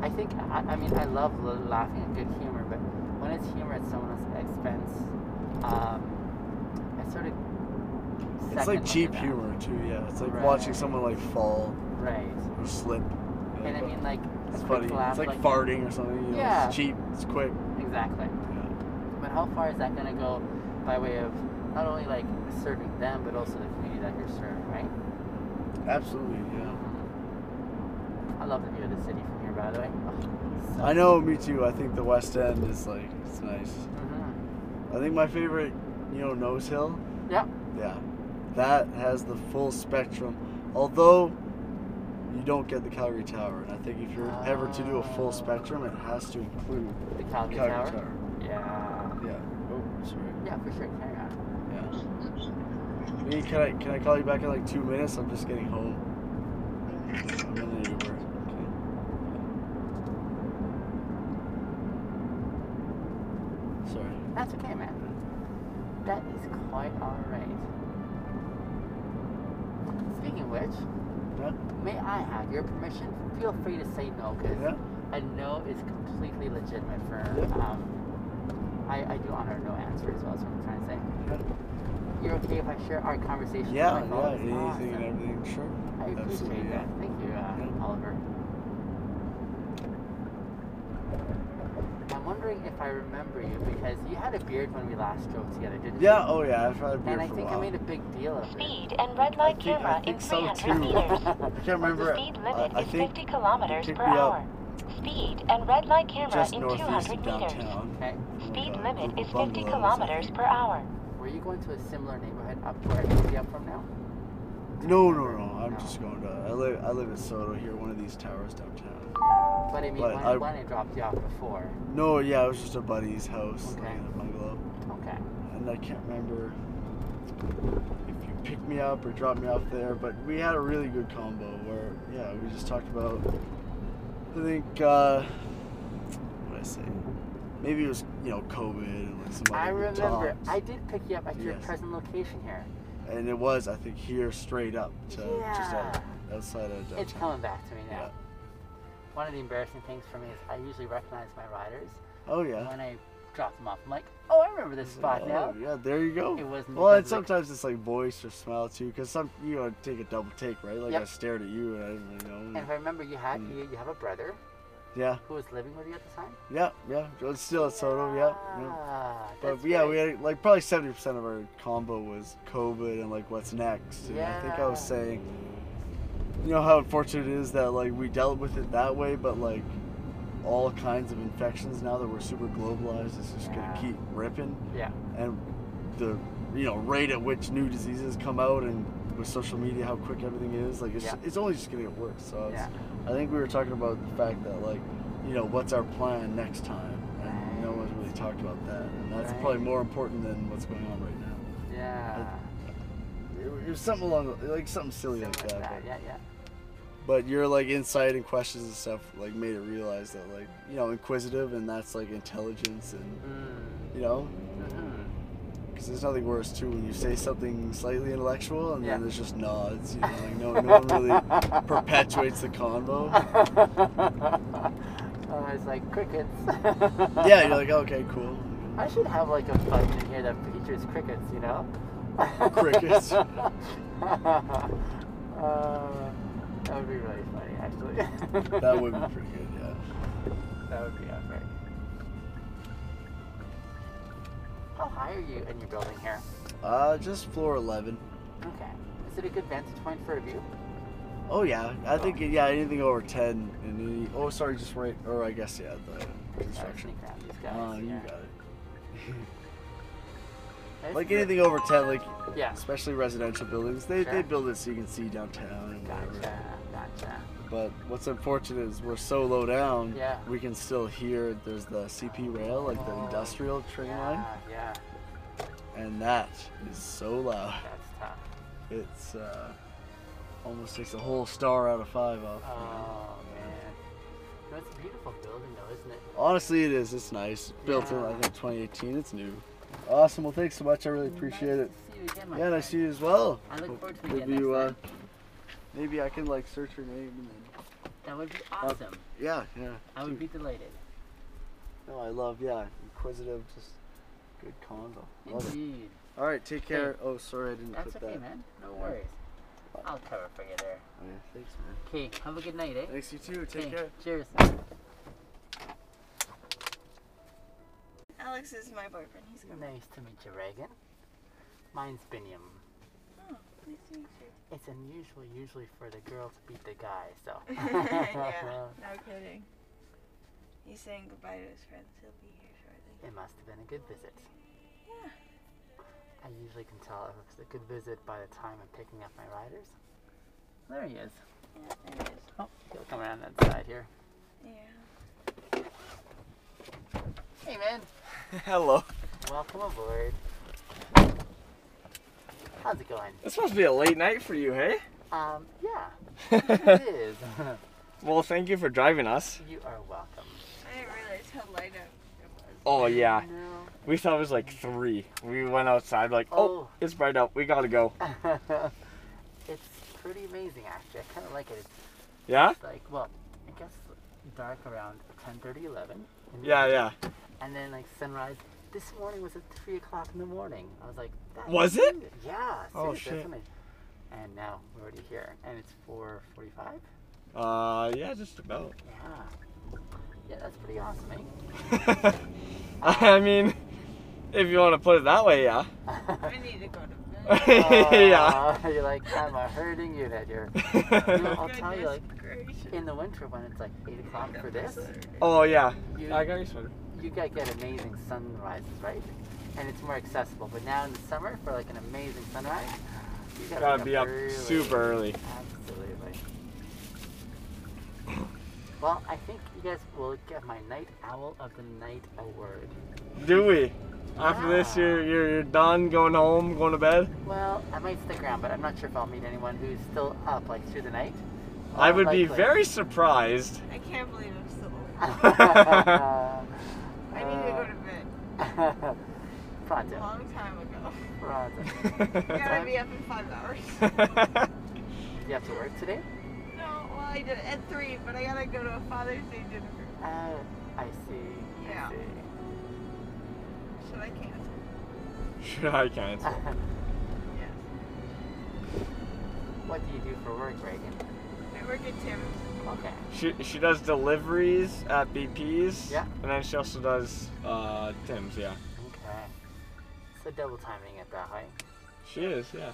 Speaker 2: I think I, I mean I love l- laughing at good humor, but when it's humor at someone else's expense, um, I sort of
Speaker 8: It's
Speaker 2: second
Speaker 8: like
Speaker 2: look
Speaker 8: cheap
Speaker 2: at that.
Speaker 8: humor too, yeah. It's like watching
Speaker 2: Right.
Speaker 8: someone like fall
Speaker 2: right?
Speaker 8: or slip. Yeah,
Speaker 2: And I
Speaker 8: but
Speaker 2: mean like
Speaker 8: it's
Speaker 2: a
Speaker 8: funny.
Speaker 2: quick laugh,
Speaker 8: It's like, farting or something. You know,
Speaker 2: Yeah.
Speaker 8: It's cheap. It's quick.
Speaker 2: exactly. But how far is that going to go by way of not only like serving them, but also the community that you're serving, right?
Speaker 8: Absolutely, yeah.
Speaker 2: I love the view of the city from here, by the way. Oh, so-
Speaker 8: I know, me too. I think the West End is like it's nice.
Speaker 2: Mhm.
Speaker 8: I think my favorite, you know, Nose Hill.
Speaker 2: Yeah.
Speaker 8: Yeah. That has the full spectrum. Although you don't get the Calgary Tower, and I think if you're ever to do a
Speaker 2: Oh.
Speaker 8: full spectrum, it has to include
Speaker 2: The
Speaker 8: the
Speaker 2: Calgary
Speaker 8: Calgary
Speaker 2: Tower.
Speaker 8: Tower.
Speaker 2: Yeah.
Speaker 8: Yeah. Oh, sorry.
Speaker 2: Yeah, for sure. Carry on.
Speaker 8: Yeah. Hey, can I can I call you back in like two minutes? I'm just getting home. I'm in an Uber. Okay. Sorry.
Speaker 2: That's okay, man. That is quite alright. Speaking of which,
Speaker 8: Yeah.
Speaker 2: may I have your permission? Feel free to say no, because
Speaker 8: Yeah.
Speaker 2: a no is completely legitimate for.
Speaker 8: Yeah.
Speaker 2: Um, I, I do honor no answer as well, is what I'm trying to say.
Speaker 8: Yeah.
Speaker 2: You're okay if I share our conversation?
Speaker 8: Yeah.
Speaker 2: with my
Speaker 8: Yeah.
Speaker 2: colleagues?
Speaker 8: Anything and
Speaker 2: Awesome.
Speaker 8: everything. Sure.
Speaker 2: I appreciate
Speaker 8: Absolutely, yeah.
Speaker 2: that. Thank you, uh,
Speaker 8: Yeah.
Speaker 2: Oliver. I'm wondering if I remember you because you had a beard when we last drove together, didn't
Speaker 8: Yeah.
Speaker 2: you?
Speaker 8: Oh yeah. I've had beer
Speaker 2: And I
Speaker 8: for
Speaker 2: think
Speaker 8: a while.
Speaker 2: I made a big deal of it.
Speaker 9: Speed and red light
Speaker 8: I think- I
Speaker 9: camera in
Speaker 8: think so
Speaker 9: 300
Speaker 8: too.
Speaker 9: meters.
Speaker 8: I can't remember. uh,
Speaker 9: The speed limit
Speaker 8: I, I
Speaker 9: is
Speaker 8: think
Speaker 9: 50
Speaker 8: it
Speaker 9: kilometers
Speaker 8: picked
Speaker 9: per
Speaker 8: me up
Speaker 9: hour. Speed and red light camera
Speaker 8: just
Speaker 9: in
Speaker 8: northeast
Speaker 9: 200
Speaker 8: of
Speaker 9: meters.
Speaker 8: downtown.
Speaker 2: Okay.
Speaker 8: Like,
Speaker 9: Speed
Speaker 8: uh,
Speaker 9: limit is 50
Speaker 8: bungalows, I
Speaker 9: kilometers
Speaker 8: think.
Speaker 9: per hour.
Speaker 2: Were you going to a similar neighborhood up where I picked you up from now?
Speaker 8: No, no, no. I'm
Speaker 2: No.
Speaker 8: just going to. I live. I live in Soto here. One of these towers downtown.
Speaker 2: But I mean,
Speaker 8: But
Speaker 2: when,
Speaker 8: I-
Speaker 2: when I dropped you off before.
Speaker 8: No, yeah, it was just a buddy's house,
Speaker 2: Okay.
Speaker 8: like in a bungalow,
Speaker 2: Okay.
Speaker 8: and I can't remember if you picked me up or dropped me off there. But we had a really good combo where, yeah, we just talked about. I think uh, what did I say? Maybe it was you know COVID and like some other
Speaker 2: I
Speaker 8: good
Speaker 2: remember.
Speaker 8: topics.
Speaker 2: I did pick you up at your
Speaker 8: Yes.
Speaker 2: present location here.
Speaker 8: and it was I think here straight up to just out, outside of
Speaker 2: It's
Speaker 8: downtown.
Speaker 2: coming back to me now.
Speaker 8: Yeah.
Speaker 2: One of the embarrassing things for me is I usually recognize my riders.
Speaker 8: Oh yeah.
Speaker 2: When I drop them off, I'm like, oh, I remember this spot
Speaker 8: oh,
Speaker 2: now.
Speaker 8: Yeah, there you go.
Speaker 2: It wasn't.
Speaker 8: Well,
Speaker 2: because
Speaker 8: and
Speaker 2: of the-
Speaker 8: sometimes it's like voice or smile too, because some you know take a double take, right? Like
Speaker 2: Yep.
Speaker 8: I stared at you and I didn't really know.
Speaker 2: And if I remember, you had
Speaker 8: Mm.
Speaker 2: you, you have a brother
Speaker 8: yeah,
Speaker 2: who was living with you at the time.
Speaker 8: yeah, yeah. It's still at Soto, yeah. yeah.
Speaker 2: Ah,
Speaker 8: But
Speaker 2: that's
Speaker 8: yeah, we
Speaker 2: right.
Speaker 8: had like probably seventy percent of our combo was COVID and like what's next. And I think I was
Speaker 2: Yeah.
Speaker 8: saying, you know how unfortunate it is that like we dealt with it that way, but like all kinds of infections now that we're super globalized, it's just gonna
Speaker 2: Yeah.
Speaker 8: keep ripping.
Speaker 2: Yeah.
Speaker 8: And the you know rate at which new diseases come out and with social media how quick everything is like it's,
Speaker 2: Yeah.
Speaker 8: it's only just gonna get worse so it's,
Speaker 2: Yeah.
Speaker 8: i think we were talking about the fact that like you know what's our plan next time and no one's really talked about that and that's
Speaker 2: Right.
Speaker 8: probably more important than what's going on right now
Speaker 2: Yeah.
Speaker 8: it, it was something along the- like something silly like
Speaker 2: Something
Speaker 8: that,
Speaker 2: like that,
Speaker 8: But,
Speaker 2: Yeah, yeah.
Speaker 8: but your like insight and questions and stuff like made it realize that like you know inquisitive and that's like intelligence and
Speaker 2: Mm.
Speaker 8: you know
Speaker 2: mhm.
Speaker 8: because there's nothing worse too when you say something slightly intellectual and
Speaker 2: Yeah.
Speaker 8: then there's just nods. You know, like no, no one really perpetuates the convo.
Speaker 2: oh, it's like crickets.
Speaker 8: Yeah, you're like okay, cool.
Speaker 2: I should have like a button here that features crickets, you know?
Speaker 8: Crickets.
Speaker 2: uh, that would be really funny, actually.
Speaker 8: That would be pretty good. Yeah.
Speaker 2: That would be epic. How high are you in your building here?
Speaker 8: Uh, just floor eleven.
Speaker 2: Okay. Is it a good vantage point for a view?
Speaker 8: Oh yeah, I think yeah anything over ten and any, oh sorry just right or I guess yeah the
Speaker 2: Gotta
Speaker 8: construction.
Speaker 2: sneak around these guys.
Speaker 8: Oh, you
Speaker 2: yeah.
Speaker 8: got it.
Speaker 2: That's
Speaker 8: Like
Speaker 2: good.
Speaker 8: anything over ten, like
Speaker 2: Yeah.
Speaker 8: especially residential buildings, they,
Speaker 2: Sure.
Speaker 8: they build it so you can see downtown and whatever.
Speaker 2: Gotcha. Gotcha.
Speaker 8: But what's unfortunate is we're so low down,
Speaker 2: Yeah.
Speaker 8: we can still hear there's the CP rail, like the
Speaker 2: Oh,
Speaker 8: industrial train line,
Speaker 2: Yeah, yeah.
Speaker 8: and that is so loud.
Speaker 2: That's tough.
Speaker 8: It's uh, almost takes a whole star out of five off.
Speaker 2: Oh man. No, it's a beautiful building though, isn't it?
Speaker 8: Honestly, it is. It's nice. Built in,
Speaker 2: Yeah.
Speaker 8: I think, 2018. It's new. Awesome. Well, thanks so much. I really appreciate
Speaker 2: nice
Speaker 8: it.
Speaker 2: To see you again, my
Speaker 8: Yeah,
Speaker 2: friend.
Speaker 8: nice to see you as well.
Speaker 2: I look forward to meeting
Speaker 8: Maybe
Speaker 2: you
Speaker 8: you,
Speaker 2: next
Speaker 8: uh,
Speaker 2: time.
Speaker 8: maybe I can like search your name and then.
Speaker 2: That would be
Speaker 8: Uh,
Speaker 2: awesome.
Speaker 8: Yeah, yeah.
Speaker 2: I would be delighted.
Speaker 8: No, I love. Yeah, inquisitive, just good convo. Love it.
Speaker 2: Indeed.
Speaker 8: All right, take care. Oh, sorry, I didn't
Speaker 2: That's
Speaker 8: put
Speaker 2: okay,
Speaker 8: that.
Speaker 2: man. No worries. I'll cover for you there.
Speaker 8: Oh, yeah, thanks, man.
Speaker 2: Okay, have a good night, eh?
Speaker 8: Thanks you too. Take
Speaker 2: Okay,
Speaker 8: care.
Speaker 2: Cheers.
Speaker 10: Alex is my boyfriend. He's good.
Speaker 2: Nice to meet you, Reagan. Mine's Binium.
Speaker 10: Oh, nice to meet you.
Speaker 2: It's unusual, usually, for the girl to beat the guy, so.
Speaker 10: yeah, no kidding. He's saying goodbye to his friends. He'll be here shortly.
Speaker 2: It must have been a good visit.
Speaker 10: Yeah.
Speaker 2: I usually can tell if it's a good visit by the time I'm picking up my riders. There he is.
Speaker 10: Yeah, there it is.
Speaker 2: Oh, he'll come around that side here.
Speaker 10: Yeah.
Speaker 2: Hey, man.
Speaker 8: Hello.
Speaker 2: Welcome aboard. How's it going?
Speaker 11: This must be a late night for you, hey?
Speaker 2: Um, yeah, it is.
Speaker 11: well, thank you for driving us.
Speaker 2: you are welcome.
Speaker 10: I didn't realize how light up it was.
Speaker 11: Oh yeah,
Speaker 2: No.
Speaker 11: we thought it was like three. We went outside, like, oh,
Speaker 2: Oh.
Speaker 11: it's bright out. We gotta go.
Speaker 2: it's pretty amazing, actually. I kind of like it. It's
Speaker 11: Yeah,
Speaker 2: like, well, I guess dark around 10:30, 11. in the
Speaker 11: yeah,
Speaker 2: evening.
Speaker 11: yeah.
Speaker 2: And then like sunrise. This morning was at three o'clock in the morning. I was like, that
Speaker 11: Was
Speaker 2: is
Speaker 11: it?
Speaker 2: good. Yeah. seriously,
Speaker 11: Oh,
Speaker 2: that's
Speaker 11: shit.
Speaker 2: amazing. And now we're already here, and it's 4:45.
Speaker 11: Uh, yeah, just about.
Speaker 2: Yeah. Yeah, that's pretty awesome, eh?
Speaker 11: I mean, if you want to put it that way, yeah.
Speaker 10: I need to go to bed.
Speaker 11: yeah.
Speaker 2: Aw, You're like, I'm a hurting you that you're. You know, I'll tell you, like, in the winter when it's like 8 o'clock for this,
Speaker 11: oh yeah.
Speaker 2: you,
Speaker 11: I got you sweater.
Speaker 2: you guys get amazing sunrises, right? And it's more accessible. But now in the summer, for like an amazing sunrise, you gotta,
Speaker 11: Gotta be up
Speaker 2: early.
Speaker 11: super early.
Speaker 2: Absolutely. Well, I think you guys will get my Night Owl of the Night award.
Speaker 11: Do we? After this, you're, you're you're done going home, going to bed.
Speaker 2: Well, I might stick around, but I'm not sure if I'll meet anyone who's still up like through the night.
Speaker 11: I would be
Speaker 2: Unlikely.
Speaker 11: very surprised.
Speaker 10: I can't believe I'm still awake.
Speaker 2: Uh,
Speaker 10: I need to go to bed. A
Speaker 2: Pronto.
Speaker 10: long time ago.
Speaker 2: Pronto.
Speaker 10: I gotta
Speaker 2: Time?
Speaker 10: be up in five hours.
Speaker 2: You have to work today?
Speaker 10: No, well, I did at three, but I gotta go to a Father's Day dinner.
Speaker 2: Uh, I see.
Speaker 10: Yeah.
Speaker 2: I see.
Speaker 10: Should I cancel?
Speaker 11: Should I cancel?
Speaker 10: Yes.
Speaker 2: what do you do for work, Reagan?
Speaker 10: I work at Tim's.
Speaker 2: Okay.
Speaker 11: She, she does deliveries at BP's.
Speaker 2: Yeah.
Speaker 11: And then she also does uh, Tim's, yeah.
Speaker 2: Okay. So double timing at that height.
Speaker 11: She is, yeah.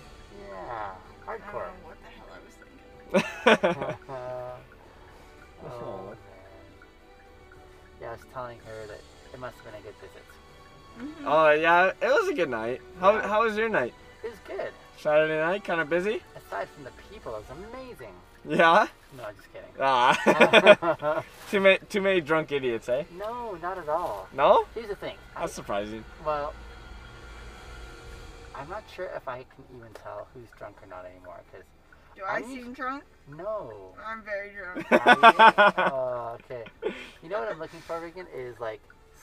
Speaker 2: Yeah.
Speaker 10: I don't know
Speaker 2: Hardcore.
Speaker 10: what the hell I was thinking.
Speaker 11: yeah,
Speaker 2: Oh,
Speaker 11: Oh.
Speaker 2: man. Yeah, I was telling her that it must have been a good visit.
Speaker 11: Oh, yeah, it was a good night. How,
Speaker 2: Yeah.
Speaker 11: how was your night?
Speaker 2: It was good.
Speaker 11: Saturday night, kind of busy?
Speaker 2: Aside from the people, it was amazing.
Speaker 11: Yeah?
Speaker 2: No, I'm just kidding.
Speaker 11: Ah. too, many, too many drunk idiots, eh?
Speaker 2: no, not at all.
Speaker 11: No?
Speaker 2: Here's the thing. I-
Speaker 11: That's surprising.
Speaker 2: Well, I'm not sure if I can even tell who's drunk or not anymore. Cause
Speaker 10: Do I
Speaker 2: I'm-
Speaker 10: seem drunk?
Speaker 2: no.
Speaker 10: I'm very drunk.
Speaker 2: I- oh, okay. You know what I'm looking for, Regan, is like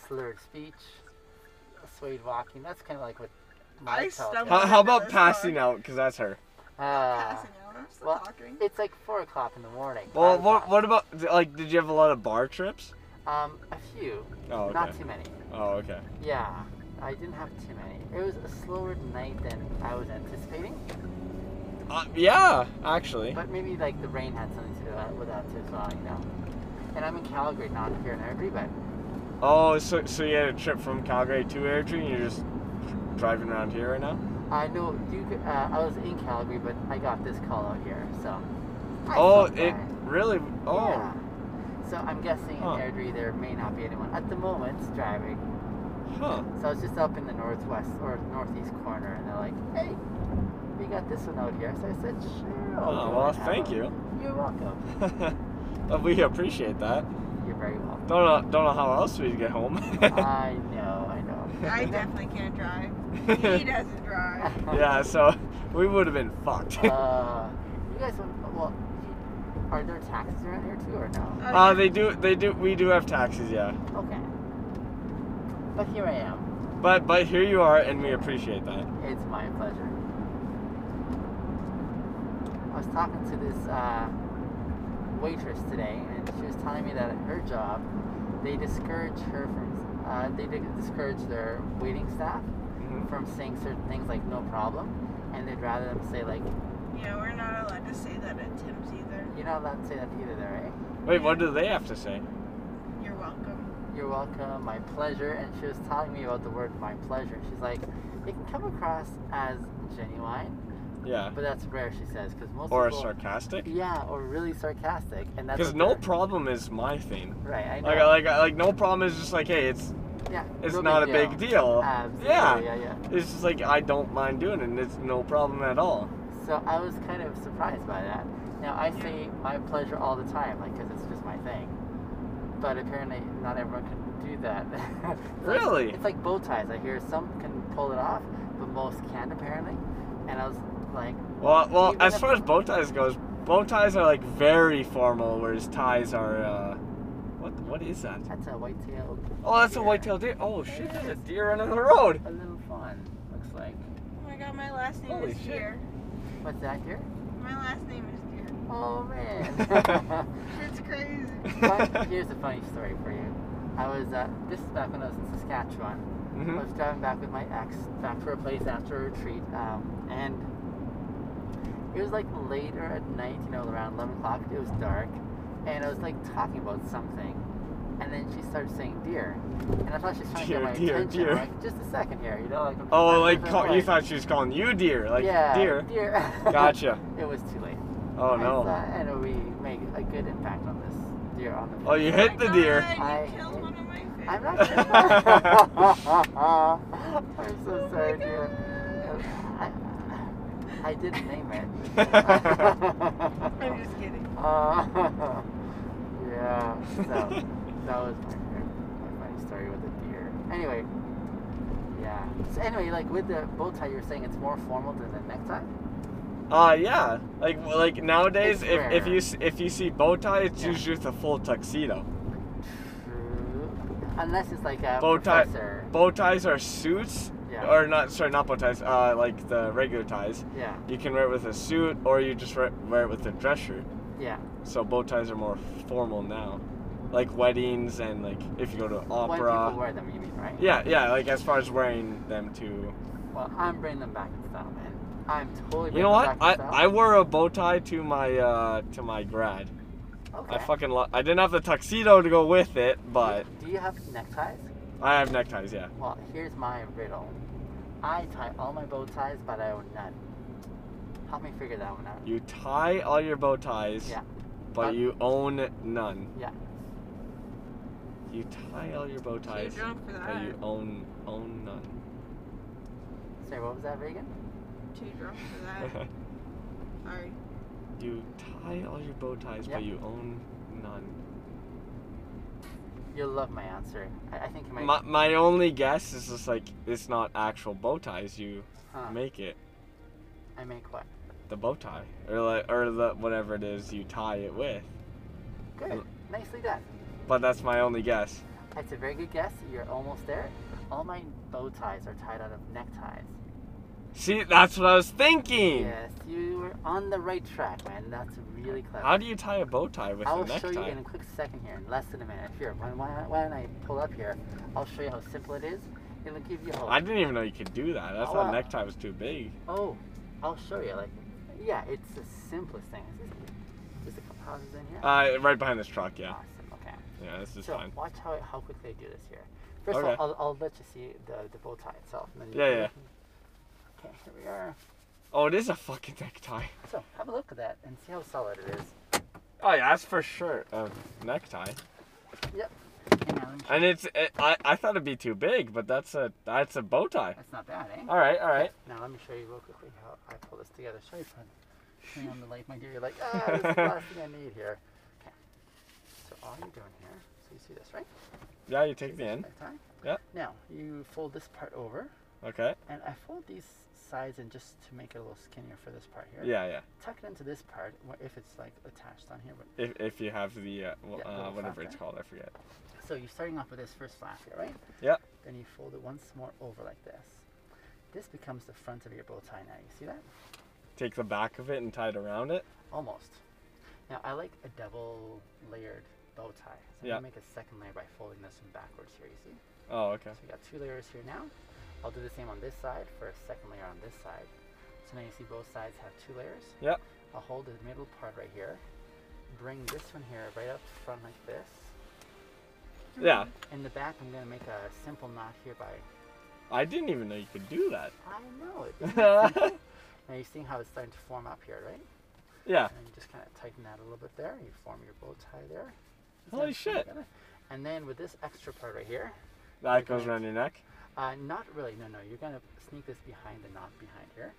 Speaker 2: slurred speech, swayed walking. That's kind of like what My
Speaker 6: I
Speaker 2: toe.
Speaker 6: stumbled
Speaker 11: How, how
Speaker 6: into
Speaker 11: about
Speaker 6: this
Speaker 11: passing
Speaker 6: car.
Speaker 11: out? Because that's her.
Speaker 2: Ah.
Speaker 10: Passing out. I'm still
Speaker 2: well,
Speaker 10: talking.
Speaker 2: It's like four o'clock in the morning.
Speaker 11: Well,
Speaker 2: five
Speaker 11: what,
Speaker 2: o'clock.
Speaker 11: what about like? Did you have a lot of bar trips?
Speaker 2: Um, a few,
Speaker 11: Oh, okay.
Speaker 2: not too many.
Speaker 11: Oh, okay.
Speaker 2: Yeah, I didn't have too many. It was a slower night than I was anticipating,
Speaker 11: Uh, yeah, actually.
Speaker 2: but maybe like the rain had something to do with- with that too as well, you know. And I'm in Calgary, not here in Airdrie, but
Speaker 11: Oh, so so you had a trip from Calgary to Airdrie, and you're just driving around here right now?
Speaker 2: I know you. g- Uh, I was in Calgary, but I got this call out here, so. I
Speaker 11: oh,
Speaker 2: felt
Speaker 11: it
Speaker 2: fine.
Speaker 11: really. Oh,
Speaker 2: Yeah. So I'm guessing
Speaker 11: Huh.
Speaker 2: in Airdrie there may not be anyone at the moment driving.
Speaker 11: huh.
Speaker 2: So I was just up in the northwest or northeast corner, and they're like, "Hey, we got this one out here." So I said, "Sure." I'll
Speaker 11: Oh,
Speaker 2: go
Speaker 11: well,
Speaker 2: and have
Speaker 11: thank
Speaker 2: a-"
Speaker 11: you.
Speaker 2: You're welcome.
Speaker 11: Well, we appreciate that.
Speaker 2: You're very welcome.
Speaker 11: Don't know, don't know how else we'd get home.
Speaker 2: I know. I know.
Speaker 10: I definitely can't drive. He doesn't drive.
Speaker 11: yeah, so we would have been fucked.
Speaker 2: Uh, you guys, want, well, you- are there taxis around here too, or no?
Speaker 11: Uh, they do, they do, we do have taxis, yeah.
Speaker 2: Okay. But here I am.
Speaker 11: But but here you are, and we appreciate that.
Speaker 2: It's my pleasure. I was talking to this uh, waitress today, and she was telling me that at her job, they discourage her from, uh, they di- discourage their waiting staff
Speaker 11: Mhm.
Speaker 2: from saying certain things like "no problem," and they'd rather them say like,
Speaker 10: Yeah, we're not allowed to say that at Tim's either.
Speaker 2: "You're not allowed to say that either, though, right?"
Speaker 11: Wait, what do they have to say?
Speaker 10: You're welcome.
Speaker 2: You're welcome, my pleasure. And she was telling me about the word my pleasure. She's like, it can come across as genuine,
Speaker 11: Yeah.
Speaker 2: but that's rare, she says, because most
Speaker 11: Or
Speaker 2: people.
Speaker 11: sarcastic?
Speaker 2: Yeah, or really sarcastic. And that's.
Speaker 11: Because
Speaker 2: what
Speaker 11: no
Speaker 2: they're-
Speaker 11: problem is my thing.
Speaker 2: Right, I know.
Speaker 11: Like I- like I- like no problem is just like hey, it's
Speaker 2: yeah,
Speaker 11: it's
Speaker 2: no
Speaker 11: not a big deal.
Speaker 2: Absolutely,
Speaker 11: Yeah.
Speaker 2: yeah, yeah.
Speaker 11: It's just like I don't mind doing it. and It's no problem at all.
Speaker 2: So I was kind of surprised by that. Now I say my pleasure all the time, like because it's just my thing. But apparently, not everyone can do that. It's like-
Speaker 11: Really?
Speaker 2: it's like bow ties. I hear some can pull it off, but most can't apparently. And I was like,
Speaker 11: Well, well,
Speaker 2: even
Speaker 11: as
Speaker 2: if-
Speaker 11: far as bow ties goes, bow ties are like very formal, whereas ties are. uh What what is that?
Speaker 2: that's a white-tailed,
Speaker 11: Oh, that's a
Speaker 2: Deer.
Speaker 11: white-tailed deer. Oh shit, there's a deer under the road.
Speaker 2: a little fawn. Looks like.
Speaker 10: Oh my god, my last name
Speaker 11: Holy
Speaker 10: is
Speaker 11: shit.
Speaker 10: Deer.
Speaker 2: What's that here?
Speaker 10: My last name is Deer.
Speaker 2: Oh man.
Speaker 10: Shit's crazy.
Speaker 2: Fun- here's a funny story for you. I was uh, this is back when I was in Saskatchewan.
Speaker 11: Mhm.
Speaker 2: I was driving back with my ex back to our place after a retreat, um, and it was like later at night, you know, around 11 o'clock. It was dark, and I was like talking about something, and then she started saying deer, and I thought she was trying
Speaker 11: Deer,
Speaker 2: to get my
Speaker 11: deer,
Speaker 2: attention. I'm
Speaker 11: deer.
Speaker 2: Like, just a second here, you know, like. I'm
Speaker 11: Oh,
Speaker 2: trying to
Speaker 11: like
Speaker 2: find
Speaker 11: call,
Speaker 2: my
Speaker 11: you
Speaker 2: way."
Speaker 11: thought she was calling you deer, like
Speaker 2: yeah,
Speaker 11: deer.
Speaker 2: deer.
Speaker 11: Gotcha.
Speaker 2: it was too late.
Speaker 11: Oh
Speaker 2: I
Speaker 11: no.
Speaker 2: thought- and we made a good impact on this deer on the.
Speaker 11: Oh, you
Speaker 10: Oh
Speaker 11: hit
Speaker 10: my
Speaker 11: the deer.
Speaker 10: God,
Speaker 2: I-
Speaker 10: you killed one of my favorites.
Speaker 2: I'm not sure.
Speaker 10: Oh
Speaker 2: I'm so sorry, dear. I, I didn't name it.
Speaker 10: I'm just kidding.
Speaker 2: uh, yeah, so that was my, my funny story with the deer. Anyway, yeah. So anyway, like with the bow tie, you're saying it's more formal than the necktie?
Speaker 11: Uh yeah. Like well, like
Speaker 2: It's
Speaker 11: nowadays, if, if
Speaker 2: rare.
Speaker 11: you s- if you see bow tie, it's
Speaker 2: Yeah.
Speaker 11: usually with a full tuxedo.
Speaker 2: True. Unless it's like a
Speaker 11: Bow tie-
Speaker 2: professor.
Speaker 11: Bow ties are suits,
Speaker 2: Yeah.
Speaker 11: or not? Sorry, not bow ties. Uh, like the regular ties.
Speaker 2: Yeah,
Speaker 11: You can wear it with a suit, or you just wear, wear it with a dress shirt.
Speaker 2: yeah.
Speaker 11: So bow ties are more formal now, like weddings and like if you go to
Speaker 2: When
Speaker 11: opera.
Speaker 2: people wear them, you mean, right?
Speaker 11: yeah, yeah. Like as far as wearing them to
Speaker 2: Well, I'm bringing them back in style, man. I'm totally bringing
Speaker 11: You know
Speaker 2: them
Speaker 11: what? I,
Speaker 2: back in style.
Speaker 11: I wore a bow tie to my uh, to my grad.
Speaker 2: Okay.
Speaker 11: I fucking lo- I didn't have the tuxedo to go with it, but
Speaker 2: Do you have neckties?
Speaker 11: I have neckties. Yeah.
Speaker 2: Well, here's my riddle. I tie all my bow ties, but I own none. Help me figure that one out.
Speaker 11: You tie all your bow ties,
Speaker 2: Yeah. Uh,
Speaker 11: but
Speaker 2: But-
Speaker 11: you own none.
Speaker 2: Yeah.
Speaker 11: You tie all your bow ties,
Speaker 10: drunk for
Speaker 11: but you
Speaker 10: that.
Speaker 11: own own none.
Speaker 2: Sorry, what was that, Reagan?
Speaker 10: Too drunk for that. Sorry.
Speaker 11: you tie all your bow ties, but
Speaker 2: Yeah.
Speaker 11: you own none.
Speaker 2: You'll love my answer. I, I think you might.
Speaker 11: My, my only guess is just like it's not actual bow ties. You
Speaker 2: huh,
Speaker 11: make it.
Speaker 2: I make what?
Speaker 11: the bow tie or like or the whatever it is you tie it with.
Speaker 2: Good.
Speaker 11: Mm.
Speaker 2: Nicely done.
Speaker 11: But that's my only guess.
Speaker 2: That's a very good guess. You're almost there. All my bow ties are tied out of neckties.
Speaker 11: See, that's what I was thinking.
Speaker 2: Yes, you were on the right track, man. That's really clever.
Speaker 11: How do you tie a bow tie with
Speaker 2: I
Speaker 11: a
Speaker 2: will show
Speaker 11: necktie?
Speaker 2: you in a quick second here, in less than a minute. Here, why, why, why don't I pull up here? I'll show you how simple it is. It'll give you hope.
Speaker 11: I didn't even know you could do that. I thought
Speaker 2: Oh, uh,
Speaker 11: necktie was too big.
Speaker 2: Oh, I'll show you. Like, yeah, it's the simplest thing. Is this- Is the composites in here?
Speaker 11: Uh, right behind this truck, yeah.
Speaker 2: Awesome. Okay.
Speaker 11: Yeah, this is
Speaker 2: so
Speaker 11: fine.
Speaker 2: watch how, how quickly I do this here. First
Speaker 11: Okay.
Speaker 2: of all, I'll, I'll let you see the, the bow tie itself. and then you
Speaker 11: Yeah,
Speaker 2: can-
Speaker 11: yeah.
Speaker 2: Okay, here we are.
Speaker 11: Oh, it is a fucking necktie.
Speaker 2: So have a look at that and see how solid it is.
Speaker 11: Oh yeah, that's for sure a necktie.
Speaker 2: Yep.
Speaker 11: And it's it, I I thought it'd be too big, but that's a that's a bow tie.
Speaker 2: That's not bad, eh?
Speaker 11: All right, all right.
Speaker 2: Now let me show you real quickly how I pull this together. Show you friend. Turn on the light, my dear. You're like, ah, this is the last thing I need here. Okay. So all you're doing here, so you see this, right?
Speaker 11: Yeah, you take the end.
Speaker 2: Next time.
Speaker 11: Yeah.
Speaker 2: Now you fold this part over,
Speaker 11: Okay.
Speaker 2: and I fold these sides in just to make it a little skinnier for this part here.
Speaker 11: Yeah, yeah.
Speaker 2: Tuck it into this part wh- if it's like attached on here. But
Speaker 11: If if you have the uh, well,
Speaker 2: Yeah,
Speaker 11: uh
Speaker 2: little
Speaker 11: whatever it's
Speaker 2: flapper.
Speaker 11: called, I forget.
Speaker 2: so you're starting off with this first flap here, right?
Speaker 11: Yeah.
Speaker 2: Then you fold it once more over like this. This becomes the front of your bow tie now. You see that?
Speaker 11: Take the back of it and tie it around it.
Speaker 2: Almost. Now I like a double layered bow tie. So
Speaker 11: Yeah.
Speaker 2: I'm gonna make a second layer by folding this one backwards here, you see?
Speaker 11: Oh, okay.
Speaker 2: So we got two layers here now. I'll do the same on this side for a second layer on this side. So now you see both sides have two layers.
Speaker 11: Yep.
Speaker 2: I'll hold the middle part right here. Bring this one here right up front like this.
Speaker 11: Yeah.
Speaker 2: In the back I'm gonna make a simple knot here by
Speaker 11: I didn't even know you could do that.
Speaker 2: I know it. isn't it simple? now you're seeing how it's starting to form up here, right?
Speaker 11: Yeah.
Speaker 2: And you just kind of tighten that a little bit there. You form your bow tie there.
Speaker 11: Holy
Speaker 2: Yeah,
Speaker 11: shit.
Speaker 2: together. And then with this extra part right here,
Speaker 11: That goes around your neck.
Speaker 2: uh, not really, no, no, you're going to sneak this behind the knot behind here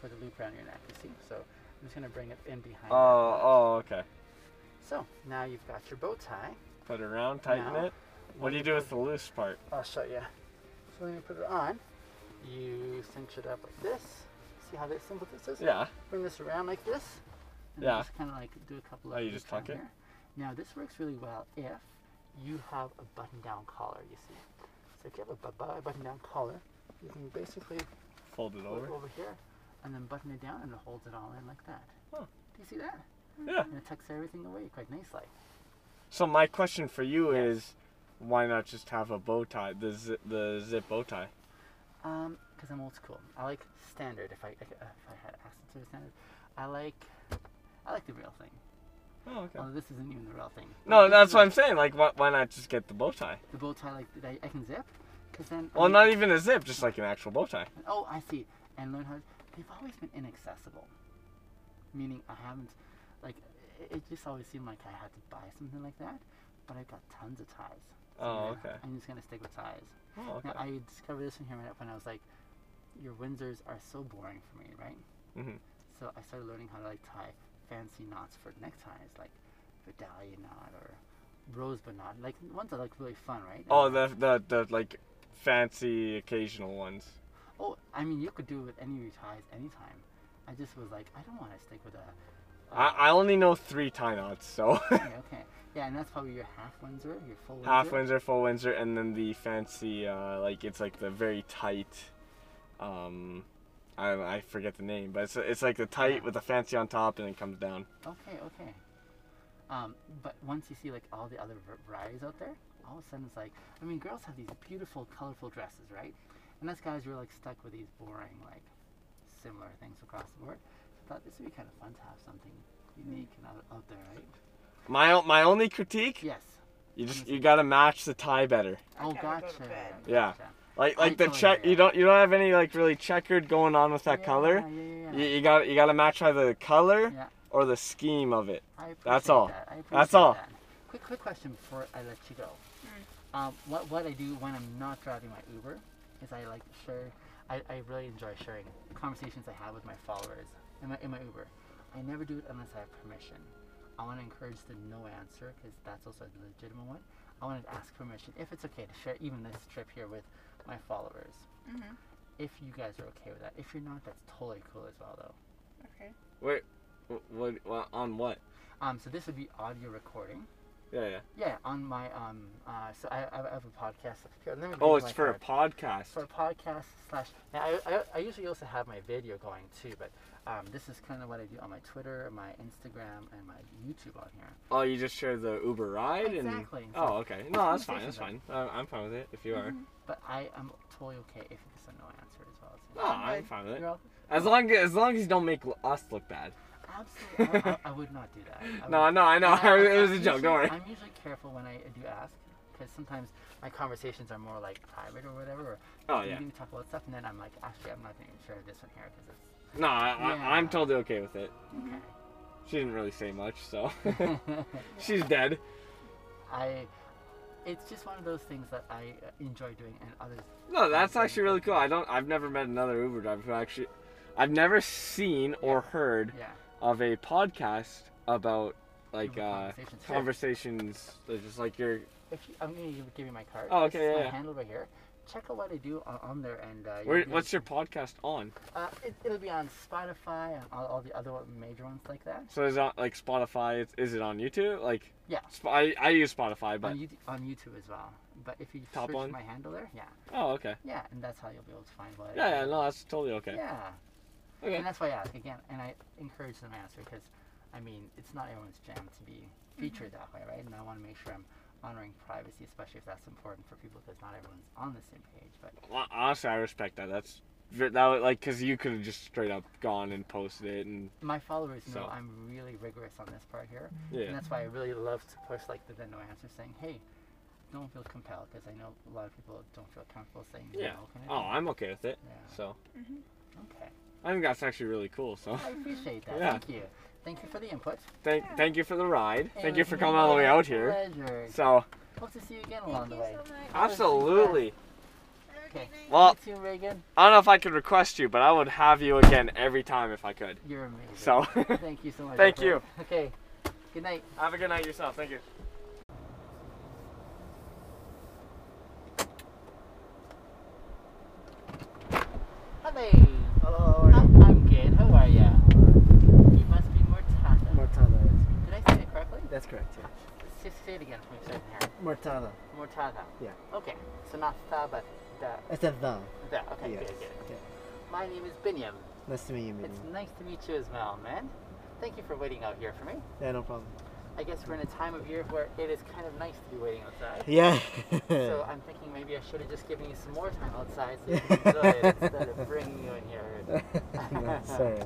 Speaker 2: for the loop around your neck, you see? So I'm just going to bring it in behind. that
Speaker 11: Oh,
Speaker 2: knot.
Speaker 11: oh, okay.
Speaker 2: So now you've got your bow tie.
Speaker 11: Put it around, tighten
Speaker 2: Now,
Speaker 11: it. What do you do with the loose part?
Speaker 2: I'll show you. So when you put it on, you cinch it up like this. See how that simple this is?
Speaker 11: Yeah.
Speaker 2: Bring this around like this. And
Speaker 11: Yeah.
Speaker 2: Just kind of like do a couple
Speaker 11: Oh,
Speaker 2: of.
Speaker 11: you
Speaker 2: things
Speaker 11: just tuck
Speaker 2: down
Speaker 11: it?
Speaker 2: here. Now this works really well if you have a button-down collar. You see. So if you have a bu- bu- button-down collar, you can basically
Speaker 11: Fold it
Speaker 2: pull it
Speaker 11: over.
Speaker 2: over here and then button it down and it holds it all in like that.
Speaker 11: Huh.
Speaker 2: Do you see that?
Speaker 11: Yeah.
Speaker 2: And it tucks everything away quite nicely.
Speaker 11: So my question for you is, why not just have a bow tie, the zip, the zip bow tie?
Speaker 2: Um, because I'm old school. I like standard. If I if I had access to the standard, I like I like the real thing.
Speaker 11: Oh, okay.
Speaker 2: Although this isn't even the real thing.
Speaker 11: No,
Speaker 2: This
Speaker 11: that's
Speaker 2: is
Speaker 11: what
Speaker 2: like
Speaker 11: I'm saying. Like, why, why not just get the bow tie?
Speaker 2: The bow tie like that I, I can zip, because then. I
Speaker 11: Well,
Speaker 2: mean-
Speaker 11: not even a zip, just like an actual bow tie.
Speaker 2: Oh, I see. And learn how. They've always been inaccessible. Meaning I haven't, like, it, it just always seemed like I had to buy something like that. But I've got tons of ties. So
Speaker 11: Oh,
Speaker 2: I'm gonna-
Speaker 11: okay.
Speaker 2: I'm just gonna stick with ties.
Speaker 11: Oh, okay.
Speaker 2: Now, I discovered this one here right up when I was like, your Windsors are so boring for me, right?
Speaker 11: Mhm.
Speaker 2: So I started learning how to like tie fancy knots for neckties, like Vidalia knot or rosebud knot, like ones that are like really fun, right?
Speaker 11: Oh, the the the like fancy occasional ones.
Speaker 2: Oh, I mean, you could do it with any of your ties anytime. I just was like, I don't want to stick with a.
Speaker 11: I, I only know three tie knots, so
Speaker 2: okay, okay. Yeah, and that's probably your half Windsor, your full Windsor.
Speaker 11: half Windsor, full Windsor, and then the fancy uh, like it's like the very tight. Um, I I forget the name, but it's it's like the tight with the fancy on top, and it comes down.
Speaker 2: Okay, okay. Um, but once you see like all the other var- varieties out there, all of a sudden it's like, I mean, girls have these beautiful, colorful dresses, right? And us guys were like stuck with these boring, like, similar things across the board. So I thought this would be kind of fun to have something unique and out, out there, right?
Speaker 11: My o- my only critique,
Speaker 2: Yes.
Speaker 11: you just you gotta match the tie better.
Speaker 2: Oh,
Speaker 10: gotta go
Speaker 2: gotcha.
Speaker 10: to bed.
Speaker 11: Yeah.
Speaker 2: gotcha.
Speaker 11: Like
Speaker 2: I
Speaker 11: like the
Speaker 2: totally
Speaker 11: check,
Speaker 2: agree.
Speaker 11: you don't you don't have any like really checkered going on with that
Speaker 2: Yeah,
Speaker 11: color.
Speaker 2: Yeah, yeah,
Speaker 11: You,
Speaker 2: yeah.
Speaker 11: you got you got to match either the color
Speaker 2: Yeah.
Speaker 11: or the scheme of it.
Speaker 2: I appreciate
Speaker 11: That's all.
Speaker 2: That. I
Speaker 11: That's
Speaker 2: appreciate
Speaker 11: all.
Speaker 2: That. Quick, quick question before I let you go. Um, what what I do when I'm not driving my Uber is I like share. I, I really enjoy sharing conversations I have with my followers in my in my Uber. I never do it unless I have permission. I want to encourage the no answer because that's also a legitimate one. I want to ask permission if it's okay to share even this trip here with my followers.
Speaker 10: Mhm.
Speaker 2: If you guys are okay with that. If you're not, that's totally cool as well though.
Speaker 10: Okay.
Speaker 11: Wait, what, what on what?
Speaker 2: Um, so this would be audio recording.
Speaker 11: Yeah, yeah.
Speaker 2: Yeah, on my um, uh, so I, I have a podcast up here. Let me
Speaker 11: Oh,
Speaker 2: read
Speaker 11: it's
Speaker 2: my
Speaker 11: for a
Speaker 2: card.
Speaker 11: podcast.
Speaker 2: for a podcast slash. Now, I, I, I usually also have my video going too, but um, this is kind of what I do on my Twitter, my Instagram, and my YouTube on here.
Speaker 11: Oh, you just share the Uber ride and.
Speaker 2: Exactly.
Speaker 11: Oh, okay. No, that's fine. That's fine.
Speaker 2: Conversations
Speaker 11: Uh, I'm fine with it if you are.
Speaker 2: But I am totally okay if it's a no answer as well. It's
Speaker 11: No, I'm fine with it.
Speaker 2: You're all-
Speaker 11: As long as long as you don't make l- us look bad.
Speaker 2: Absolutely. I, I- I would not do that. I
Speaker 11: No,
Speaker 2: would-
Speaker 11: no, I know.
Speaker 2: and I-
Speaker 11: It was
Speaker 2: I'm
Speaker 11: a joke, don't
Speaker 2: usually-
Speaker 11: worry.
Speaker 2: I'm usually careful when I do ask because sometimes my conversations are more like private or whatever. Or
Speaker 11: Oh,
Speaker 2: we
Speaker 11: yeah.
Speaker 2: need to talk about stuff, and then I'm like, actually, I'm not going to share this one here because it's
Speaker 11: No, I,
Speaker 2: Yeah.
Speaker 11: I, I'm totally okay with it.
Speaker 2: Okay.
Speaker 11: She didn't really say much, so she's dead.
Speaker 2: I. It's just one of those things that I uh, enjoy doing, and others.
Speaker 11: No, that's
Speaker 2: don't.
Speaker 11: actually really cool. I don't. I've never met another Uber driver who actually. I've never seen or heard
Speaker 2: Yeah.
Speaker 11: of a podcast about like
Speaker 2: Uber
Speaker 11: uh,
Speaker 2: conversations. Yeah.
Speaker 11: conversations. They're just like your.
Speaker 2: If you, I'm gonna give- give you my card.
Speaker 11: Oh,
Speaker 2: This
Speaker 11: okay,
Speaker 2: is
Speaker 11: yeah,
Speaker 2: my
Speaker 11: yeah.
Speaker 2: handle right here. Check out what I do on, on there, and uh, you'll
Speaker 11: Where,
Speaker 2: be able
Speaker 11: what's
Speaker 2: to-
Speaker 11: your podcast on?
Speaker 2: Uh, it, it'll be on Spotify and all, all the other one- major ones like that.
Speaker 11: So is it on, like Spotify? Is, is it on YouTube? Like
Speaker 2: Yeah.
Speaker 11: Sp- I, I use Spotify, but
Speaker 2: on, YouTube, on YouTube as well. But if you
Speaker 11: Top
Speaker 2: search
Speaker 11: one?
Speaker 2: my handle there, yeah,
Speaker 11: oh okay.
Speaker 2: yeah, and that's how you'll be able to find what. I
Speaker 11: Yeah, yeah,
Speaker 2: do.
Speaker 11: no, that's totally okay.
Speaker 2: Yeah.
Speaker 11: Okay.
Speaker 2: And that's why I ask again, and I encourage them to answer because, I mean, it's not everyone's jam to be featured
Speaker 11: Mm-hmm.
Speaker 2: that way, right? And I want to make sure I'm honoring privacy, especially if that's important for people because not everyone's on the same page. But
Speaker 11: Well, honestly, I respect that. That's ve- that was, like because you could have just straight up gone and posted it, and
Speaker 2: my followers know
Speaker 11: So-
Speaker 2: I'm really rigorous on this part here,
Speaker 11: Yeah.
Speaker 2: and Mm-hmm. that's why I really love to push like the, the no answer saying, hey. Don't feel compelled because I know a lot of people don't feel comfortable saying
Speaker 11: yeah.
Speaker 2: no. Can I do
Speaker 11: Oh, I'm okay with it.
Speaker 2: Yeah.
Speaker 11: So
Speaker 2: Okay.
Speaker 11: I think that's actually really cool. So
Speaker 2: I appreciate that.
Speaker 11: Yeah.
Speaker 2: Thank you. Thank you for the input.
Speaker 11: thank thank you for the ride.
Speaker 2: It
Speaker 11: Thank you
Speaker 2: was
Speaker 11: for coming all the way
Speaker 2: my
Speaker 11: out here.
Speaker 2: Pleasure.
Speaker 11: So
Speaker 2: Hope to see you again along the way.
Speaker 11: absolutely.
Speaker 2: Okay. Oh.
Speaker 11: Well,
Speaker 2: You too, Reagan.
Speaker 11: I don't know if I could request you, but I would have you again every time if I could.
Speaker 2: You're amazing.
Speaker 11: So
Speaker 2: Thank you so much.
Speaker 11: Thank
Speaker 2: Oprah.
Speaker 11: you.
Speaker 2: Okay. Good night.
Speaker 11: have a good night yourself. Thank you.
Speaker 2: Hello. Hello. I'm, I'm good. How are ya? You must be Mortada.
Speaker 7: Mortada.
Speaker 2: Did I say it correctly?
Speaker 7: That's correct. Yeah.
Speaker 2: Say, say it again for me, certain here.
Speaker 7: Mortada.
Speaker 2: Mortada.
Speaker 7: Yeah.
Speaker 2: Okay. So not sta, but da.
Speaker 7: I said the.
Speaker 2: da. Okay.
Speaker 7: Yes.
Speaker 2: Good. Good.
Speaker 7: Yeah.
Speaker 2: My name is Binyam.
Speaker 7: Nice to meet you, man.
Speaker 2: It's nice to meet you as well, man. Thank you for waiting out here for me.
Speaker 7: Yeah, no problem.
Speaker 2: I guess we're in a time of year where it is kind of nice to be waiting outside.
Speaker 7: Yeah.
Speaker 2: So I'm thinking maybe I should have just given you some more time outside so you can enjoy it instead of bringing you in here.
Speaker 7: No, sorry.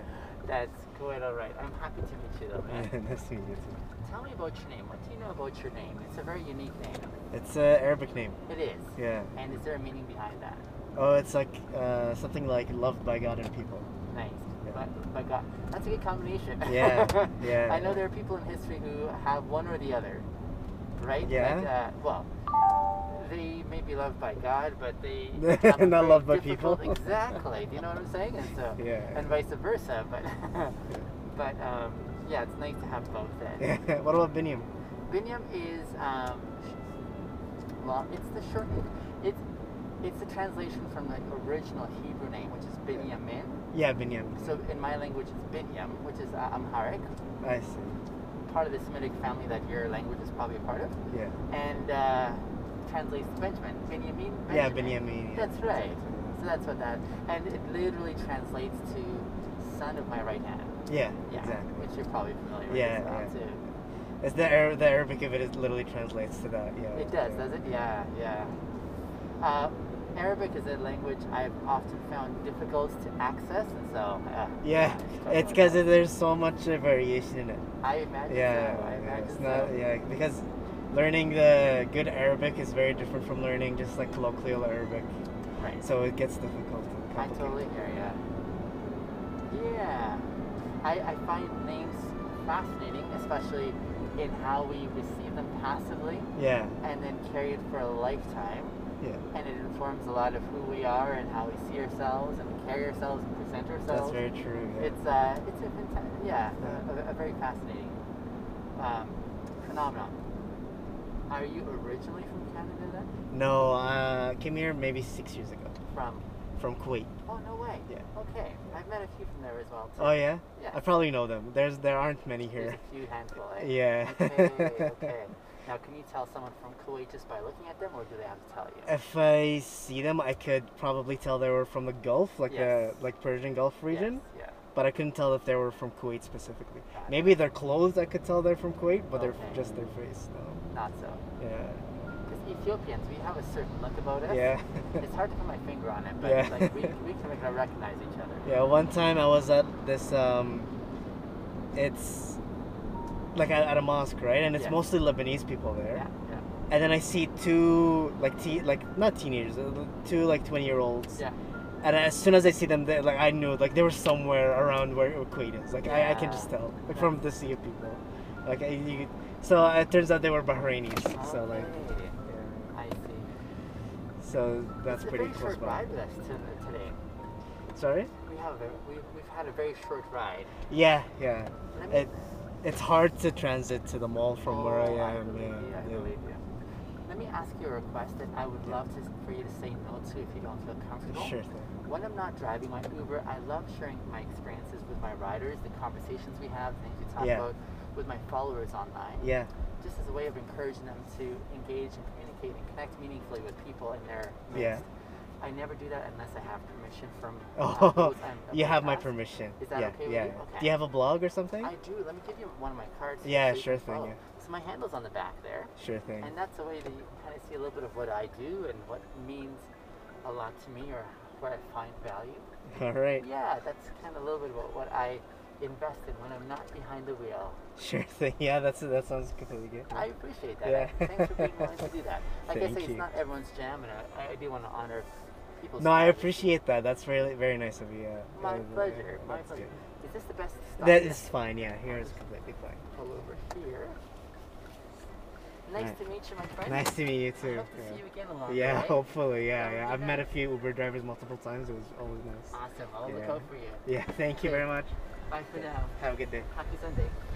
Speaker 2: That's quite all right. I'm happy to meet you though, man.
Speaker 7: nice to meet you too.
Speaker 2: Tell me about your name. What do you know about your name? It's a very unique name.
Speaker 7: It's
Speaker 8: uh,
Speaker 7: an Arabic name.
Speaker 2: It is.
Speaker 7: Yeah.
Speaker 2: And is there a meaning behind that?
Speaker 7: Oh, it's like uh, something like loved by God and people.
Speaker 2: Nice.
Speaker 7: Yeah.
Speaker 2: But, but God, that's a good combination.
Speaker 7: Yeah, yeah.
Speaker 2: I know there are people in history who have one or the other, right?
Speaker 7: Yeah.
Speaker 2: That, uh, well, they may be loved by God, but they
Speaker 7: Not
Speaker 2: have a very
Speaker 7: loved by people.
Speaker 2: difficult- exactly. Do you know what I'm saying? And so,
Speaker 7: Yeah.
Speaker 2: and vice versa. But but um, yeah, it's nice to have both. Then.
Speaker 7: what about Binium?
Speaker 2: Binyam is um, well, it's the shortened. It's it's the translation from the original Hebrew name, which is Binyamin.
Speaker 7: Yeah, Binium.
Speaker 2: So in my language, it's Binyam, which is uh, Amharic,
Speaker 7: I see.
Speaker 2: part of the Semitic family that your language is probably a part of,
Speaker 7: Yeah.
Speaker 2: and uh, translates to Benjamin. Binyamin. Benjamin.
Speaker 7: Yeah, Binyamin, yeah.
Speaker 2: That's right. So that's what that, and it literally translates to son of my right hand.
Speaker 7: Yeah,
Speaker 2: Yeah,
Speaker 7: exactly.
Speaker 2: which you're probably familiar with
Speaker 7: Yeah,
Speaker 2: as well,
Speaker 7: yeah.
Speaker 2: too.
Speaker 7: It's the, Ar- the Arabic of it, it literally translates to that. Yeah.
Speaker 2: It does, does it? Yeah, yeah. Uh, Arabic is a language I've often found difficult to access, and so. Uh,
Speaker 7: Yeah,
Speaker 2: struggle
Speaker 7: it's
Speaker 2: with
Speaker 7: because
Speaker 2: that.
Speaker 7: there's so much uh, variation in it.
Speaker 2: I imagine.
Speaker 7: Yeah,
Speaker 2: so, I
Speaker 7: yeah,
Speaker 2: imagine
Speaker 7: it's not.
Speaker 2: so.
Speaker 7: Yeah, because learning the good Arabic is very different from learning just like colloquial Arabic.
Speaker 2: Right.
Speaker 7: So it gets difficult. and
Speaker 2: I
Speaker 7: complicated.
Speaker 2: totally hear ya. Yeah. I, I find names fascinating, especially in how we receive them passively
Speaker 7: Yeah,
Speaker 2: and then carry it for a lifetime.
Speaker 7: yeah.
Speaker 2: And it informs a lot of who we are and how we see ourselves and carry ourselves and present
Speaker 7: That's
Speaker 2: ourselves.
Speaker 7: very true. Yeah.
Speaker 2: It's uh, it's a fanta- yeah,
Speaker 7: Yeah.
Speaker 2: a, a, a very fascinating um, phenomenon. Are you originally from Canada then?
Speaker 7: No, uh, came here maybe six years ago
Speaker 2: From
Speaker 7: from Kuwait.
Speaker 2: oh no way.
Speaker 7: Yeah.
Speaker 2: Okay, I've met a few from there as well. Too.
Speaker 7: Oh yeah,
Speaker 2: Yeah.
Speaker 7: I probably know them. There's there aren't many
Speaker 2: There's
Speaker 7: here.
Speaker 2: a few handful. eh?
Speaker 7: Yeah.
Speaker 2: Okay. okay. Now, can you tell someone from Kuwait just by looking at them, or do they have to tell you?
Speaker 12: If I see them, I could probably tell they were from the Gulf, like
Speaker 2: Yes.
Speaker 12: the like Persian Gulf region.
Speaker 2: yeah.
Speaker 12: But I couldn't tell if they were from Kuwait specifically. Maybe their clothes, I could tell they're from Kuwait, but they're
Speaker 2: Okay.
Speaker 12: just their face. No.
Speaker 2: Not so.
Speaker 12: Yeah.
Speaker 2: Because Ethiopians, we have a certain look about us.
Speaker 12: Yeah.
Speaker 2: it's hard to put my finger on it, but
Speaker 12: Yeah.
Speaker 2: like we, we can kind of recognize each other.
Speaker 12: Yeah, one time I was at this, um, it's like at, at a mosque, right? And it's
Speaker 2: Yeah.
Speaker 12: mostly Lebanese people there.
Speaker 2: Yeah.
Speaker 12: And then I see two, like, te- like not teenagers, uh, two, like, 20 year olds.
Speaker 2: Yeah.
Speaker 12: And as soon as I see them, they, like, I knew, like, they were somewhere around where Kuwait is. Like, I, I
Speaker 2: Yeah.
Speaker 12: can just tell, like, from the sea of people. Like, I, you, so it turns out they were Bahrainis. So, like,
Speaker 2: Okay. I see.
Speaker 12: so that's
Speaker 2: it's a
Speaker 12: pretty
Speaker 2: very
Speaker 12: close
Speaker 2: short
Speaker 12: by.
Speaker 2: ride with us to, today.
Speaker 12: Sorry?
Speaker 2: We have a, very- we, we've had a very short ride.
Speaker 12: Yeah, yeah.
Speaker 2: I mean-
Speaker 12: It, it's hard to transit to the mall from where
Speaker 2: Oh,
Speaker 12: I am.
Speaker 2: believe
Speaker 12: yeah,
Speaker 2: you, I
Speaker 12: yeah.
Speaker 2: believe you. Let me ask you a request that I would love to, for you to say no to if you don't feel comfortable.
Speaker 12: Sure thing.
Speaker 2: When I'm not driving my Uber, I love sharing my experiences with my riders, the conversations we have, things we talk
Speaker 12: Yeah.
Speaker 2: about with my followers online.
Speaker 12: Yeah.
Speaker 2: Just as a way of encouraging them to engage and communicate and connect meaningfully with people in their midst.
Speaker 12: Yeah.
Speaker 2: I never do that unless I have permission from. uh,
Speaker 12: Oh,
Speaker 2: those I'm
Speaker 12: you have my
Speaker 2: asked.
Speaker 12: permission.
Speaker 2: Is that
Speaker 12: yeah,
Speaker 2: okay with
Speaker 12: yeah.
Speaker 2: you? Okay.
Speaker 12: Do you have a blog or something?
Speaker 2: I do. Let me give you one of my cards.
Speaker 12: Yeah,
Speaker 2: you
Speaker 12: sure
Speaker 2: can
Speaker 12: thing,
Speaker 2: follow.
Speaker 12: yeah.
Speaker 2: So my handle's on the back there.
Speaker 12: Sure thing.
Speaker 2: And that's a way that you can kind of see a little bit of what I do and what means a lot to me or where I find value.
Speaker 12: All right.
Speaker 2: Yeah, that's kind of a little bit about what I invest in when I'm not behind the wheel.
Speaker 12: Sure thing. Yeah, that's that sounds completely good.
Speaker 2: I appreciate that.
Speaker 12: Yeah.
Speaker 2: Thanks for being willing to do that. Like I
Speaker 12: Thank
Speaker 2: say, it's
Speaker 12: you.
Speaker 2: not everyone's jam, and I, I do want to honor people's.
Speaker 12: No, I
Speaker 2: privacy.
Speaker 12: appreciate that. That's really very nice of you. Yeah.
Speaker 2: My
Speaker 12: That is-
Speaker 2: pleasure. My
Speaker 12: that's
Speaker 2: pleasure.
Speaker 12: good.
Speaker 2: Is this the best stop?
Speaker 12: That
Speaker 2: yet?
Speaker 12: is fine. Yeah, here is completely fine.
Speaker 2: Pull over here. Nice
Speaker 12: Right.
Speaker 2: to meet you, my friend.
Speaker 12: Nice to meet you
Speaker 2: I
Speaker 12: too.
Speaker 2: hope to
Speaker 12: yeah.
Speaker 2: see you again along the
Speaker 12: Yeah,
Speaker 2: way.
Speaker 12: hopefully. Yeah,
Speaker 2: That
Speaker 12: yeah.
Speaker 2: would
Speaker 12: I've
Speaker 2: be
Speaker 12: met a
Speaker 2: nice.
Speaker 12: few Uber drivers multiple times. It was always nice.
Speaker 2: Awesome. I'll look
Speaker 12: Yeah.
Speaker 2: out for you.
Speaker 12: Yeah. Thank you very much.
Speaker 2: Bye for now.
Speaker 12: Have a good day.
Speaker 2: Happy Sunday.